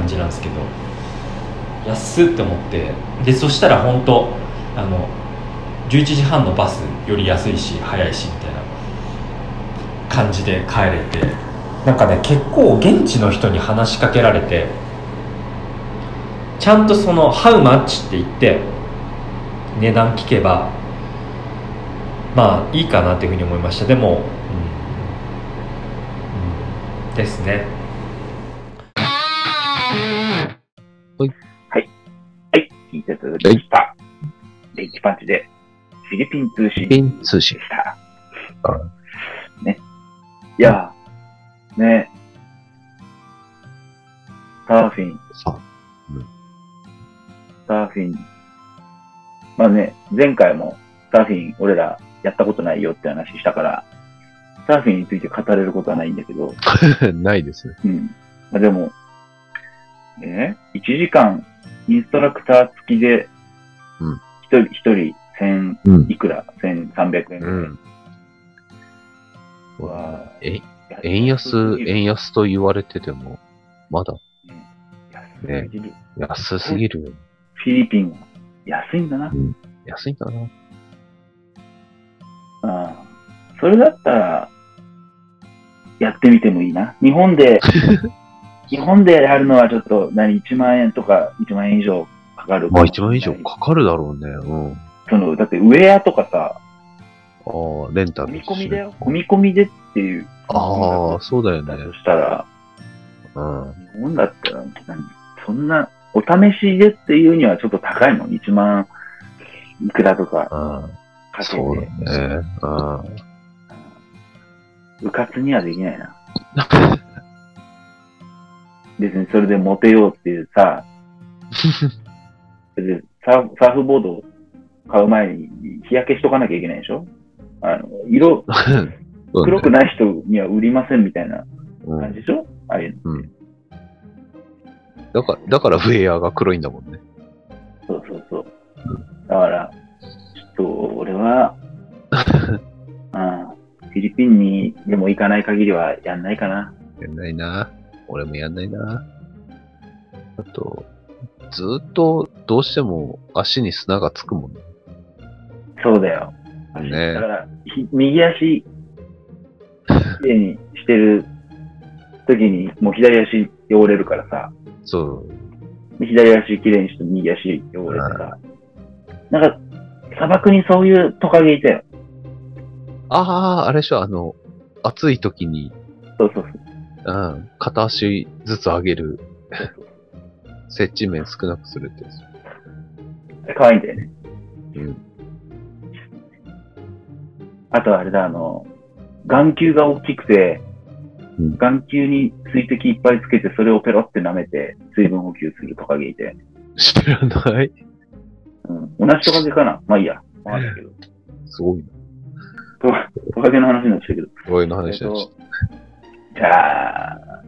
Speaker 3: 感じなんですけど安っって思ってでそしたら本当あの11時半のバスより安いし早いしみたいな感じで帰れてなんかね結構現地の人に話しかけられてちゃんとその「How much?」って言って値段聞けばまあいいかなっていうふうに思いましたでも、うんうんですね
Speaker 2: はい、聞いていただきました。電気パンチで、フィリピン通信
Speaker 1: ピ
Speaker 2: で
Speaker 1: ン通信。
Speaker 2: した
Speaker 1: は。
Speaker 2: ね。いやー、ね。サーフィン、
Speaker 1: さ
Speaker 2: サーフィン。まあね、前回もサーフィン、俺らやったことないよって話したから、サーフィンについて語れることはないんだけど、
Speaker 1: あ、 <laughs> ないですね。
Speaker 2: うん。まあ、でも、ね、1時間、インストラクター付きで、
Speaker 1: うん
Speaker 2: 一人、一人、千、
Speaker 1: うん。
Speaker 2: いくら千三百円。
Speaker 1: うん。
Speaker 2: は、
Speaker 1: え、円安、円安と言われてても、まだ
Speaker 2: 安すぎる
Speaker 1: 安すぎるよ。
Speaker 2: フィリピンは安いんだな。
Speaker 1: 安いんだな。
Speaker 2: ああそれだったら、やってみてもいいな。日
Speaker 1: <laughs>
Speaker 2: 本で、日本でやるのはちょっと、何、1万円とか、1万円以上かかる。
Speaker 1: まあ1万円以上かかるだろうね。うん。
Speaker 2: その、だってウェアとかさ、
Speaker 1: ああ、レンタル。
Speaker 2: 込み込みだよ。込み込みでっていう。
Speaker 1: ああ、そうだよね
Speaker 2: だ。としたら、
Speaker 1: うん。
Speaker 2: 日本だったら、何そんな、お試しでっていうにはちょっと高いもん。1万いくらとか
Speaker 1: うん。
Speaker 2: かけて、
Speaker 1: そうだね。うん。
Speaker 2: うかつにはできないな。別にそれでモテようっていう
Speaker 1: <laughs>
Speaker 2: さ、別にサーフサーフボードを買う前に日焼けしとかなきゃいけないでしょあの、色、黒くない人には売りませんみたいな
Speaker 1: う
Speaker 2: 感じ
Speaker 1: ん、
Speaker 2: でしょ、ああいう
Speaker 1: だから、だからウェアが黒いんだもんね。
Speaker 2: の。そうそうそう。だから、ちょっと俺は、ああフィリピンにでも行かない限りはやんないかな。
Speaker 1: やんないな。俺もやんないな。あと、ずーっとどうしても足に砂がつくもんね。
Speaker 2: そうだよ。
Speaker 1: ね
Speaker 2: だから、ひ右足、綺麗にしてる時に、もう左足汚れるからさ、
Speaker 1: そう。
Speaker 2: 左足綺麗にして右足汚れてさ、なんか、砂漠にそういうトカゲいたよ。
Speaker 1: ああ、あれでしょ、あの、暑い時に、
Speaker 2: そうそうそう。
Speaker 1: うん、片足ずつ上げる。 <laughs> 接地面少なくするってやつ。
Speaker 2: 可愛いんだよね。
Speaker 1: うん。
Speaker 2: あとあれだ、あの、眼球が大きくて
Speaker 1: うん、
Speaker 2: 眼球に水滴いっぱいつけて、それをペロって舐めて、水分補給するトカゲいて。
Speaker 1: 知らない
Speaker 2: うん。同じトカゲかなまあいいや。わかんないけど。
Speaker 1: すごいな。
Speaker 2: トトカゲの話になっちゃうけど。
Speaker 1: こういうの
Speaker 2: えっ
Speaker 1: 話だし
Speaker 2: と、じゃあ、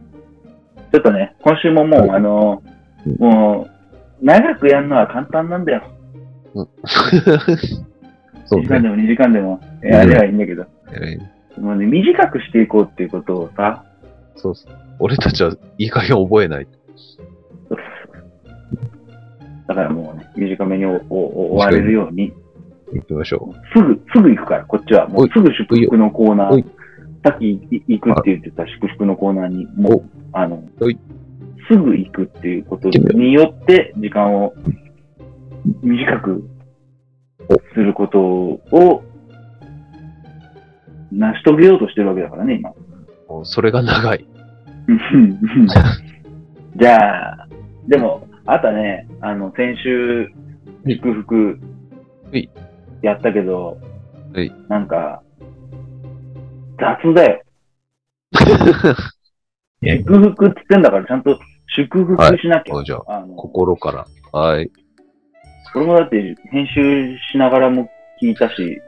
Speaker 2: ちょっとね、今週ももう、あの、もう、長くやるのは簡単なんだよ。
Speaker 1: そう <laughs>
Speaker 2: 1時間
Speaker 1: ね。
Speaker 2: でも2時間でも、やればいいんだけど。
Speaker 1: えー
Speaker 2: もうね、短くしていこうっていうことをさ、
Speaker 1: そうそう。俺たちはいい加減覚えない。
Speaker 2: だからもうね、短めにおおお終われるように、
Speaker 1: 行きましょ
Speaker 2: すぐ、すぐ行くから、こっちは。も
Speaker 1: お
Speaker 2: う
Speaker 1: い
Speaker 2: すぐ祝福のコーナ
Speaker 1: お
Speaker 2: ー
Speaker 1: い、
Speaker 2: さっきい行くって言ってた祝福のコーナーに、もう、あの
Speaker 1: おい、
Speaker 2: すぐ行くっていうこと
Speaker 1: 行って
Speaker 2: によって、時間を短くすることを、成し遂げようとしてるわけだからね、今。
Speaker 1: う。もうそれが長い。 <laughs>
Speaker 2: うんうんじゃあ、でも、あとね、あの、先週、
Speaker 1: はい
Speaker 2: 祝福
Speaker 1: はい、
Speaker 2: やったけど、
Speaker 1: はい
Speaker 2: なんか、雑だよ。
Speaker 1: え
Speaker 2: 祝福って言ってんだから、ちゃんと祝福しなきゃ。
Speaker 1: はいあじゃ
Speaker 2: あの
Speaker 1: 心から。はい。
Speaker 2: 俺もだって、編集しながらも聞いた
Speaker 1: <laughs>
Speaker 2: し、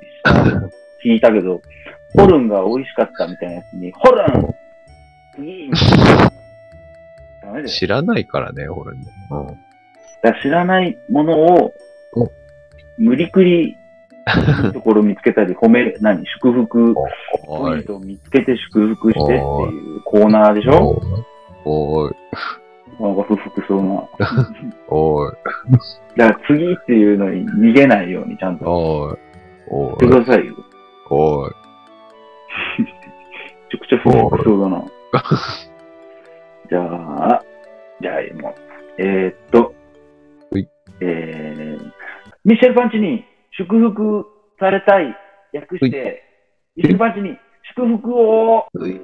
Speaker 2: 聞いたけど、ホルンが美味しかったみたいなやつに、ホルン次
Speaker 1: <laughs>
Speaker 2: みたいなダメだよ。
Speaker 1: 知らないからね、俺ね。うん。
Speaker 2: だから知らないものを
Speaker 1: うん、
Speaker 2: 無理くり、いいところ見つけたり、褒め、何、祝福、ポ
Speaker 1: は
Speaker 2: イン
Speaker 1: い。
Speaker 2: トを見つけて祝福してって
Speaker 1: お
Speaker 2: いうコーナーでしょ
Speaker 1: おーい。
Speaker 2: なんか不服そうな。
Speaker 1: おーい。
Speaker 2: だから次っていうのに逃げないようにちゃんと
Speaker 1: おーい。おー
Speaker 2: 言っ
Speaker 1: い。
Speaker 2: てくださいよ。め
Speaker 1: おーい。
Speaker 2: ちゃくちゃ不服そうだな。じゃあ、じゃあもう、えー、っと
Speaker 1: はい、
Speaker 2: えー、ミッシェル・パンチに祝福されたい、略し
Speaker 1: は
Speaker 2: て、ミッシェル・パンチに祝福を
Speaker 1: うい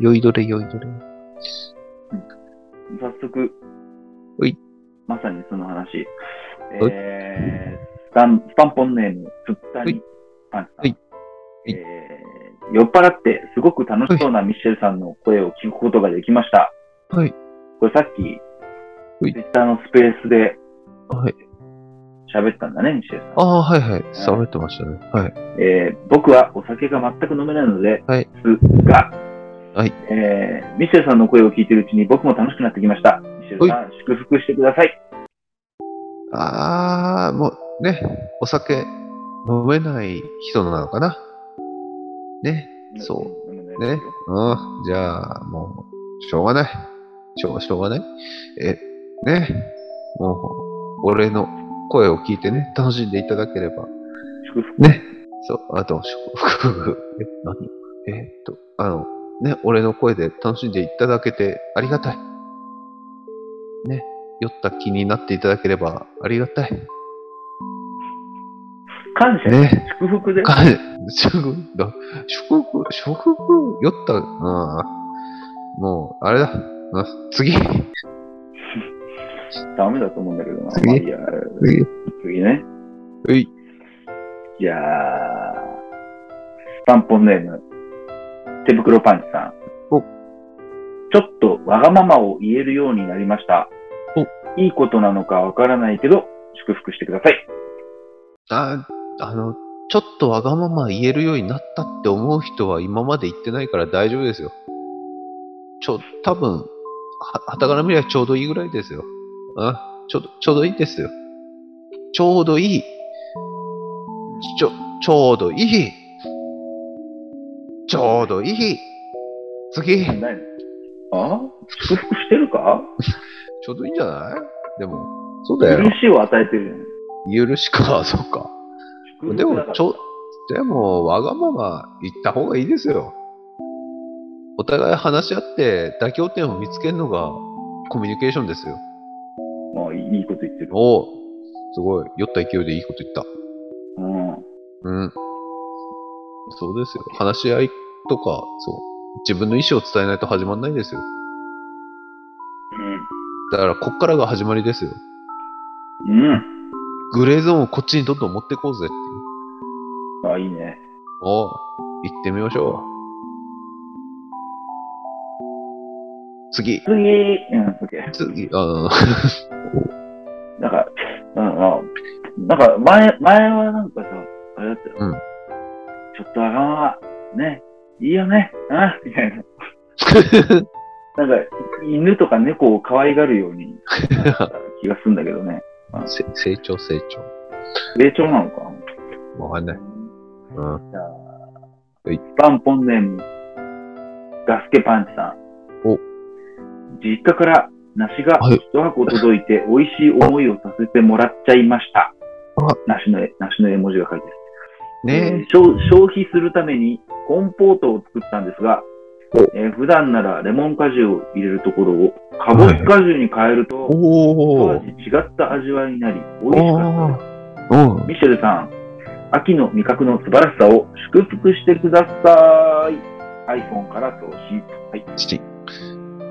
Speaker 1: 酔いどれ酔いどれ。
Speaker 2: 早速、
Speaker 1: ほい
Speaker 2: まさにその話、
Speaker 1: ほい
Speaker 2: えー、スタンスタンポンネーム、つったりパン
Speaker 1: ほ
Speaker 2: チ
Speaker 1: い
Speaker 2: さん、
Speaker 1: い
Speaker 2: えー、酔っ払ってすごく楽しそうなミッシェルさんの声を聞くことができました。
Speaker 1: はい。
Speaker 2: これさっき、
Speaker 1: ほ
Speaker 2: ツイ
Speaker 1: い
Speaker 2: ッターのスペースで
Speaker 1: はい。
Speaker 2: 喋ったんだね、ミッシェルさん。
Speaker 1: ああー、はいはい。触ってましたね。はい。
Speaker 2: えー僕はお酒が全く飲めないので、
Speaker 1: はい
Speaker 2: ですが、
Speaker 1: はい
Speaker 2: えーミッシェルさんの声を聞いてるうちに僕も楽しくなってきました。ミッシェルさん、祝福してください。。
Speaker 1: ああ、もうね、お酒飲めない人なのかな。ね。そうね。うん。じゃあ、もう、しょうがない。しょうしょうがない。え、ね。もう、俺の声を聞いてね、楽しんでいただければ。
Speaker 2: 祝福。
Speaker 1: ね。そう、あと、しょ <laughs> え、何えーっと、あの、ね、俺の声で楽しんでいただけてありがたい。ね。酔った気になっていただければありがたい。
Speaker 2: 感謝。
Speaker 1: ね。
Speaker 2: 祝福
Speaker 1: <laughs>
Speaker 2: で。
Speaker 1: か、祝福、だ祝福、祝福、酔った、ああ、もう、あれだ、あ次、
Speaker 2: ダメだと思うんだけどな。
Speaker 1: 次
Speaker 2: まあいいや
Speaker 1: 次、
Speaker 2: 次ね。
Speaker 1: うい、
Speaker 2: じゃあ、スタンポンネーム、手袋パンチさん。
Speaker 1: お
Speaker 2: ちょっとわがままを言えるようになりました。いいことなのかわからないけど、祝福してください。
Speaker 1: あ、あの、ちょっとわがまま言えるようになったって思う人は今まで言ってないから大丈夫ですよ。ちょ、多分、は、はたから見ればちょうどいいぐらいですよ。あ、ちょうど、ちょうどいいですよ。ちょうどいい。ちょ、ちょうどいい。ちょうどいい。次。
Speaker 2: 何あ祝福してるか
Speaker 1: ちょうどいいんじゃないでも、そう
Speaker 2: 許
Speaker 1: だよ。
Speaker 2: しを与えてる
Speaker 1: 許しか、そうか。
Speaker 2: じゃん。
Speaker 1: でも、ち
Speaker 2: ょ
Speaker 1: ょ、でも、わがまま言った方がいいですよ。お互い話し合って妥協点を見つけるのがコミュニケーションですよ。
Speaker 2: もういいこと言ってる。
Speaker 1: おお、すごい。酔った勢いでいいこと言った。
Speaker 2: うん。
Speaker 1: うん。そうですよ。話し合いとか、そう。自分の意思を伝えないと始まんないですよ。だから、こっからが始まりですよ。
Speaker 2: うん。
Speaker 1: グレーゾーンをこっちにどんどん持ってこうぜっていう。
Speaker 2: あ、いいね。
Speaker 1: おう行ってみましょう。次、
Speaker 2: 次、うん、次。
Speaker 1: 次、あ
Speaker 2: なんか、うん、なんか前、前はなんかさ、あれだったよ。
Speaker 1: うん
Speaker 2: ちょっと頭は、ね、いいよね、あみたいな。
Speaker 1: ー
Speaker 2: なんか、犬とか猫を可愛がるように気がするんだけどね。
Speaker 1: <laughs> せ成長成長。
Speaker 2: 成長なのか
Speaker 1: わかんない。うん。
Speaker 2: じゃ
Speaker 1: はい
Speaker 2: あ、バンポンネーム、ガスケパンチさん。
Speaker 1: お
Speaker 2: 実家から梨が
Speaker 1: はい
Speaker 2: 一箱届いて美味しい思いをさせてもらっちゃいました
Speaker 1: あ。
Speaker 2: 梨の絵、梨の絵文字が書いてある。え
Speaker 1: ね
Speaker 2: ー消消費するためにコンポートを作ったんですが
Speaker 1: お、
Speaker 2: えー普段ならレモン果汁を入れるところをかぼす果汁に変えると、
Speaker 1: お
Speaker 2: 当
Speaker 1: お
Speaker 2: 時違った味わいになり美味しかったです
Speaker 1: うん。
Speaker 2: ミシェルさん秋の味覚の素晴らしさを祝福してください iPhone から送信はい
Speaker 1: 父。い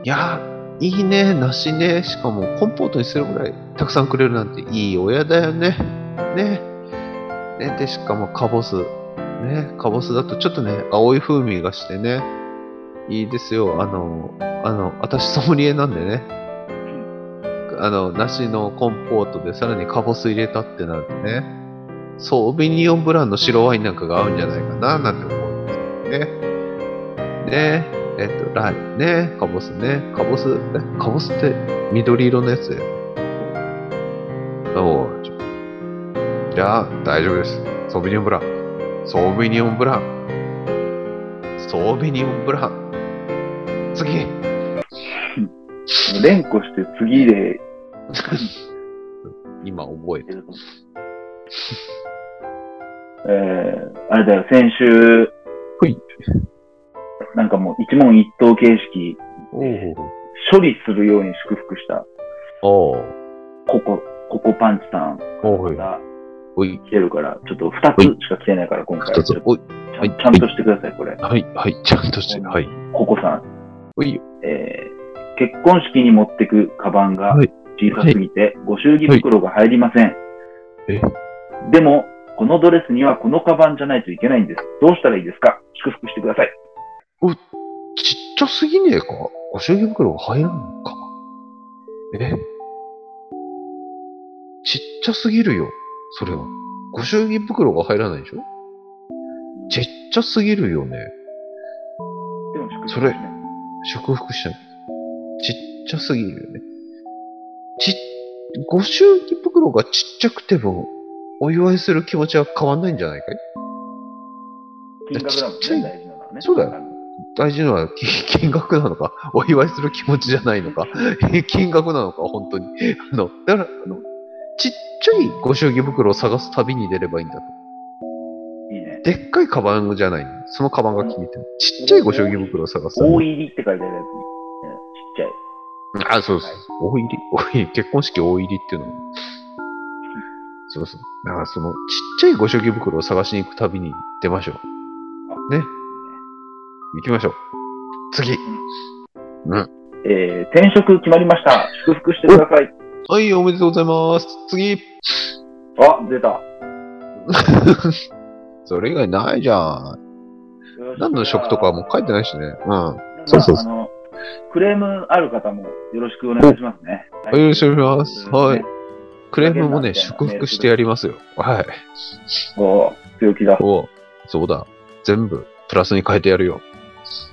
Speaker 1: やー、いいね、梨ね。しかも、コンポートにするぐらいたくさんくれるなんていい親だよね。ね。ね、で、しかも、かぼす。ね、かぼすだとちょっとね、青い風味がしてね。いいですよ。あの、あの、私、ソムリエなんでね。あの、梨のコンポートでさらにかぼす入れたってなるとね。そう、オビニオンブランの白ワインなんかが合うんじゃないかな、なんて思うんですよね。ねえっと、ライムね、カボスね、カボス、え、カボスって緑色のやつだよね。おう、ちょいや、大丈夫です。ソービニオンブラン。ソービニオンブラン。ソービニオンブラン。次
Speaker 2: 連呼して次で
Speaker 1: 今覚えて。
Speaker 2: えー、あれだよ先週
Speaker 1: ほい
Speaker 2: なんかもう一問一答形式
Speaker 1: おう
Speaker 2: 処理するように祝福した
Speaker 1: おう
Speaker 2: ここ、ここパンチさん
Speaker 1: おう
Speaker 2: が
Speaker 1: おい。
Speaker 2: 来てるから、ちょっと2つしか来てないから、今回
Speaker 1: 一
Speaker 2: は
Speaker 1: つ
Speaker 2: ちょっ。
Speaker 1: おい。
Speaker 2: と
Speaker 1: はい
Speaker 2: ちゃんちゃんとしてください、これ。
Speaker 1: はい、はい、ちゃんとして。はい。
Speaker 2: ここさん、
Speaker 1: おいよ。
Speaker 2: えー結婚式に持ってくカバンが
Speaker 1: はい
Speaker 2: 小さすぎて、ご祝儀袋が入りません。
Speaker 1: え
Speaker 2: でも、このドレスにはこのカバンじゃないといけないんです。どうしたらいいですか祝福してください。
Speaker 1: ちっちゃすぎねえかお祝儀袋が入らんのかえちっちゃすぎるよ、それは。ご祝儀袋が入らないでしょちっちゃすぎるよね。
Speaker 2: でも祝福
Speaker 1: それ
Speaker 2: しない
Speaker 1: 祝福しない。ちっちゃすぎるよね。ちっ、ご祝儀袋がちっちゃくても、お祝いする気持ちは変わんないんじゃないかい
Speaker 2: 金額だもん
Speaker 1: ちっちゃい
Speaker 2: ね、大事なのはね。
Speaker 1: そうだよ大事なのはき金 <laughs> 額なのか、お祝いする気持ちじゃない
Speaker 2: <laughs>
Speaker 1: のか、金額なのか、本当に。 <laughs> あの、だから、あの、ちっちゃいご祝儀袋を探す旅に出ればいいんだと。
Speaker 2: いいね。
Speaker 1: でっかいカバンじゃないの。そのカバンが気に入ってる。ちっちゃいご祝儀袋を探す
Speaker 2: 大
Speaker 1: 旅。
Speaker 2: 入りって書いてあるやつに、えーちっちゃい。
Speaker 1: あ、そうそう。大入り、大入り、結婚式大入りっていうのも。そうそう。だからその、ちっちゃいご祝儀袋を探しに行く旅に出ましょう。ね。行きましょう。次。うん。
Speaker 2: えー転職決まりました。祝福してください。
Speaker 1: はい、おめでとうございます。次。
Speaker 2: あ、出た。
Speaker 1: それ以外ないじゃん。何の職とかはもう書いてないしね。うん。そ
Speaker 2: そう
Speaker 1: そ
Speaker 2: うそううあの、クレームある方もよろしくお願いしますね。
Speaker 1: およろしくお願いしますはい。クレームもね、
Speaker 2: ふざけ
Speaker 1: 祝
Speaker 2: んな
Speaker 1: 福してやりますよ。はい。
Speaker 2: お強気だ。
Speaker 1: おうそうだ。全部、プラスに変えてやるよ。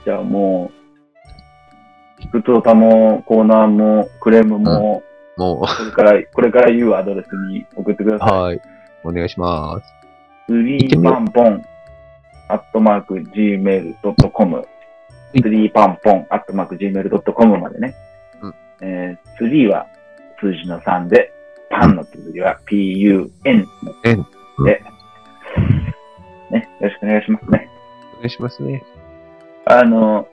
Speaker 2: じゃあもう、菊とたもコーナーもクレームも、
Speaker 1: も <laughs>
Speaker 2: これから、これから言うアドレスに送ってくだ
Speaker 1: う、
Speaker 2: さい。
Speaker 1: はい。お願いします。
Speaker 2: スリーパンポン、アットマーク、gmail.com。
Speaker 1: い
Speaker 2: スリーパンポン、アットマーク、gmail.com までね。
Speaker 1: うん
Speaker 2: えー、スリーは数字の3で、パンの続きは pun。
Speaker 1: N うん
Speaker 2: で、ね、よろしくお願いしますね。
Speaker 1: お願いしますね。
Speaker 2: あの、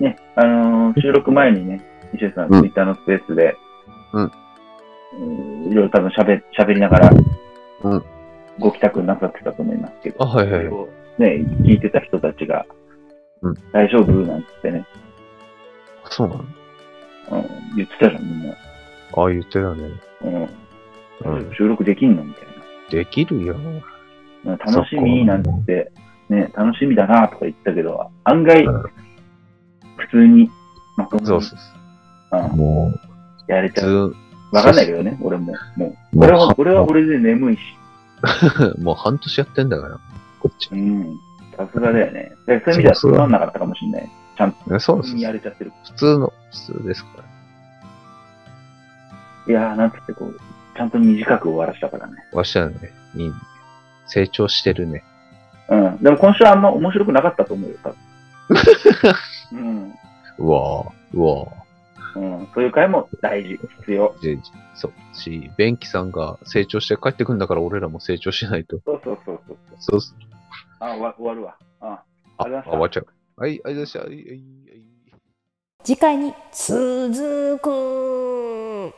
Speaker 2: ね、あの、収録前にね、石井さん、
Speaker 1: うん
Speaker 2: ツイッターのスペースで、
Speaker 1: うん
Speaker 2: うん。いろいろ多分喋、喋りながら、
Speaker 1: うん
Speaker 2: ご帰宅なさってたと思いますけど、
Speaker 1: あ、はいは
Speaker 2: そ
Speaker 1: い
Speaker 2: れ。をね、聞いてた人たちが、
Speaker 1: うん
Speaker 2: 大丈夫なんつってね、
Speaker 1: そうなの
Speaker 2: うん、言ってたじゃん、みんな。
Speaker 1: ああ、言ってたね。う
Speaker 2: うん
Speaker 1: ん。
Speaker 2: 収録できんのみたい
Speaker 1: できるよ。
Speaker 2: な。うん楽しみなんつって、ね、楽しみだなとか言ったけど、案外、
Speaker 1: うん
Speaker 2: 普通にまあ、そんな
Speaker 1: そうそう
Speaker 2: うん
Speaker 4: もう、
Speaker 2: やれちゃう。
Speaker 1: そう。
Speaker 2: わかんないけどね、俺も。もう。
Speaker 4: まあ
Speaker 2: 俺は、俺は俺で眠いし。
Speaker 1: ずー <laughs> もう半年やってんだから、こっち。
Speaker 2: うん。さすがだよね。だからそういう意味ではつまんなかったかもしれない。ちゃんと
Speaker 1: えそうです。
Speaker 2: やれちゃってる。
Speaker 1: 普通の、普通ですから。
Speaker 2: いやー、なんつってこう、ちゃんと短く終わらしたからね。
Speaker 1: わしはね、いいね。成長してるね。
Speaker 2: うん。でも今週はあんま面白くなかったと思うよ、多分。
Speaker 1: うわぁ、うわぁ。
Speaker 2: うん。うん。そういう回も大事、必要。
Speaker 1: でそう。し、ベンキさんが成長して帰ってくんだから俺らも成長しないと。
Speaker 2: そうそうそうそう。
Speaker 1: そうっす。
Speaker 2: あ、終わ終わるわ。あ、
Speaker 1: あ、
Speaker 2: ありがとう
Speaker 1: 終わっちゃう。はい、ありがとうございましたはいはいはい。
Speaker 5: 次回に続く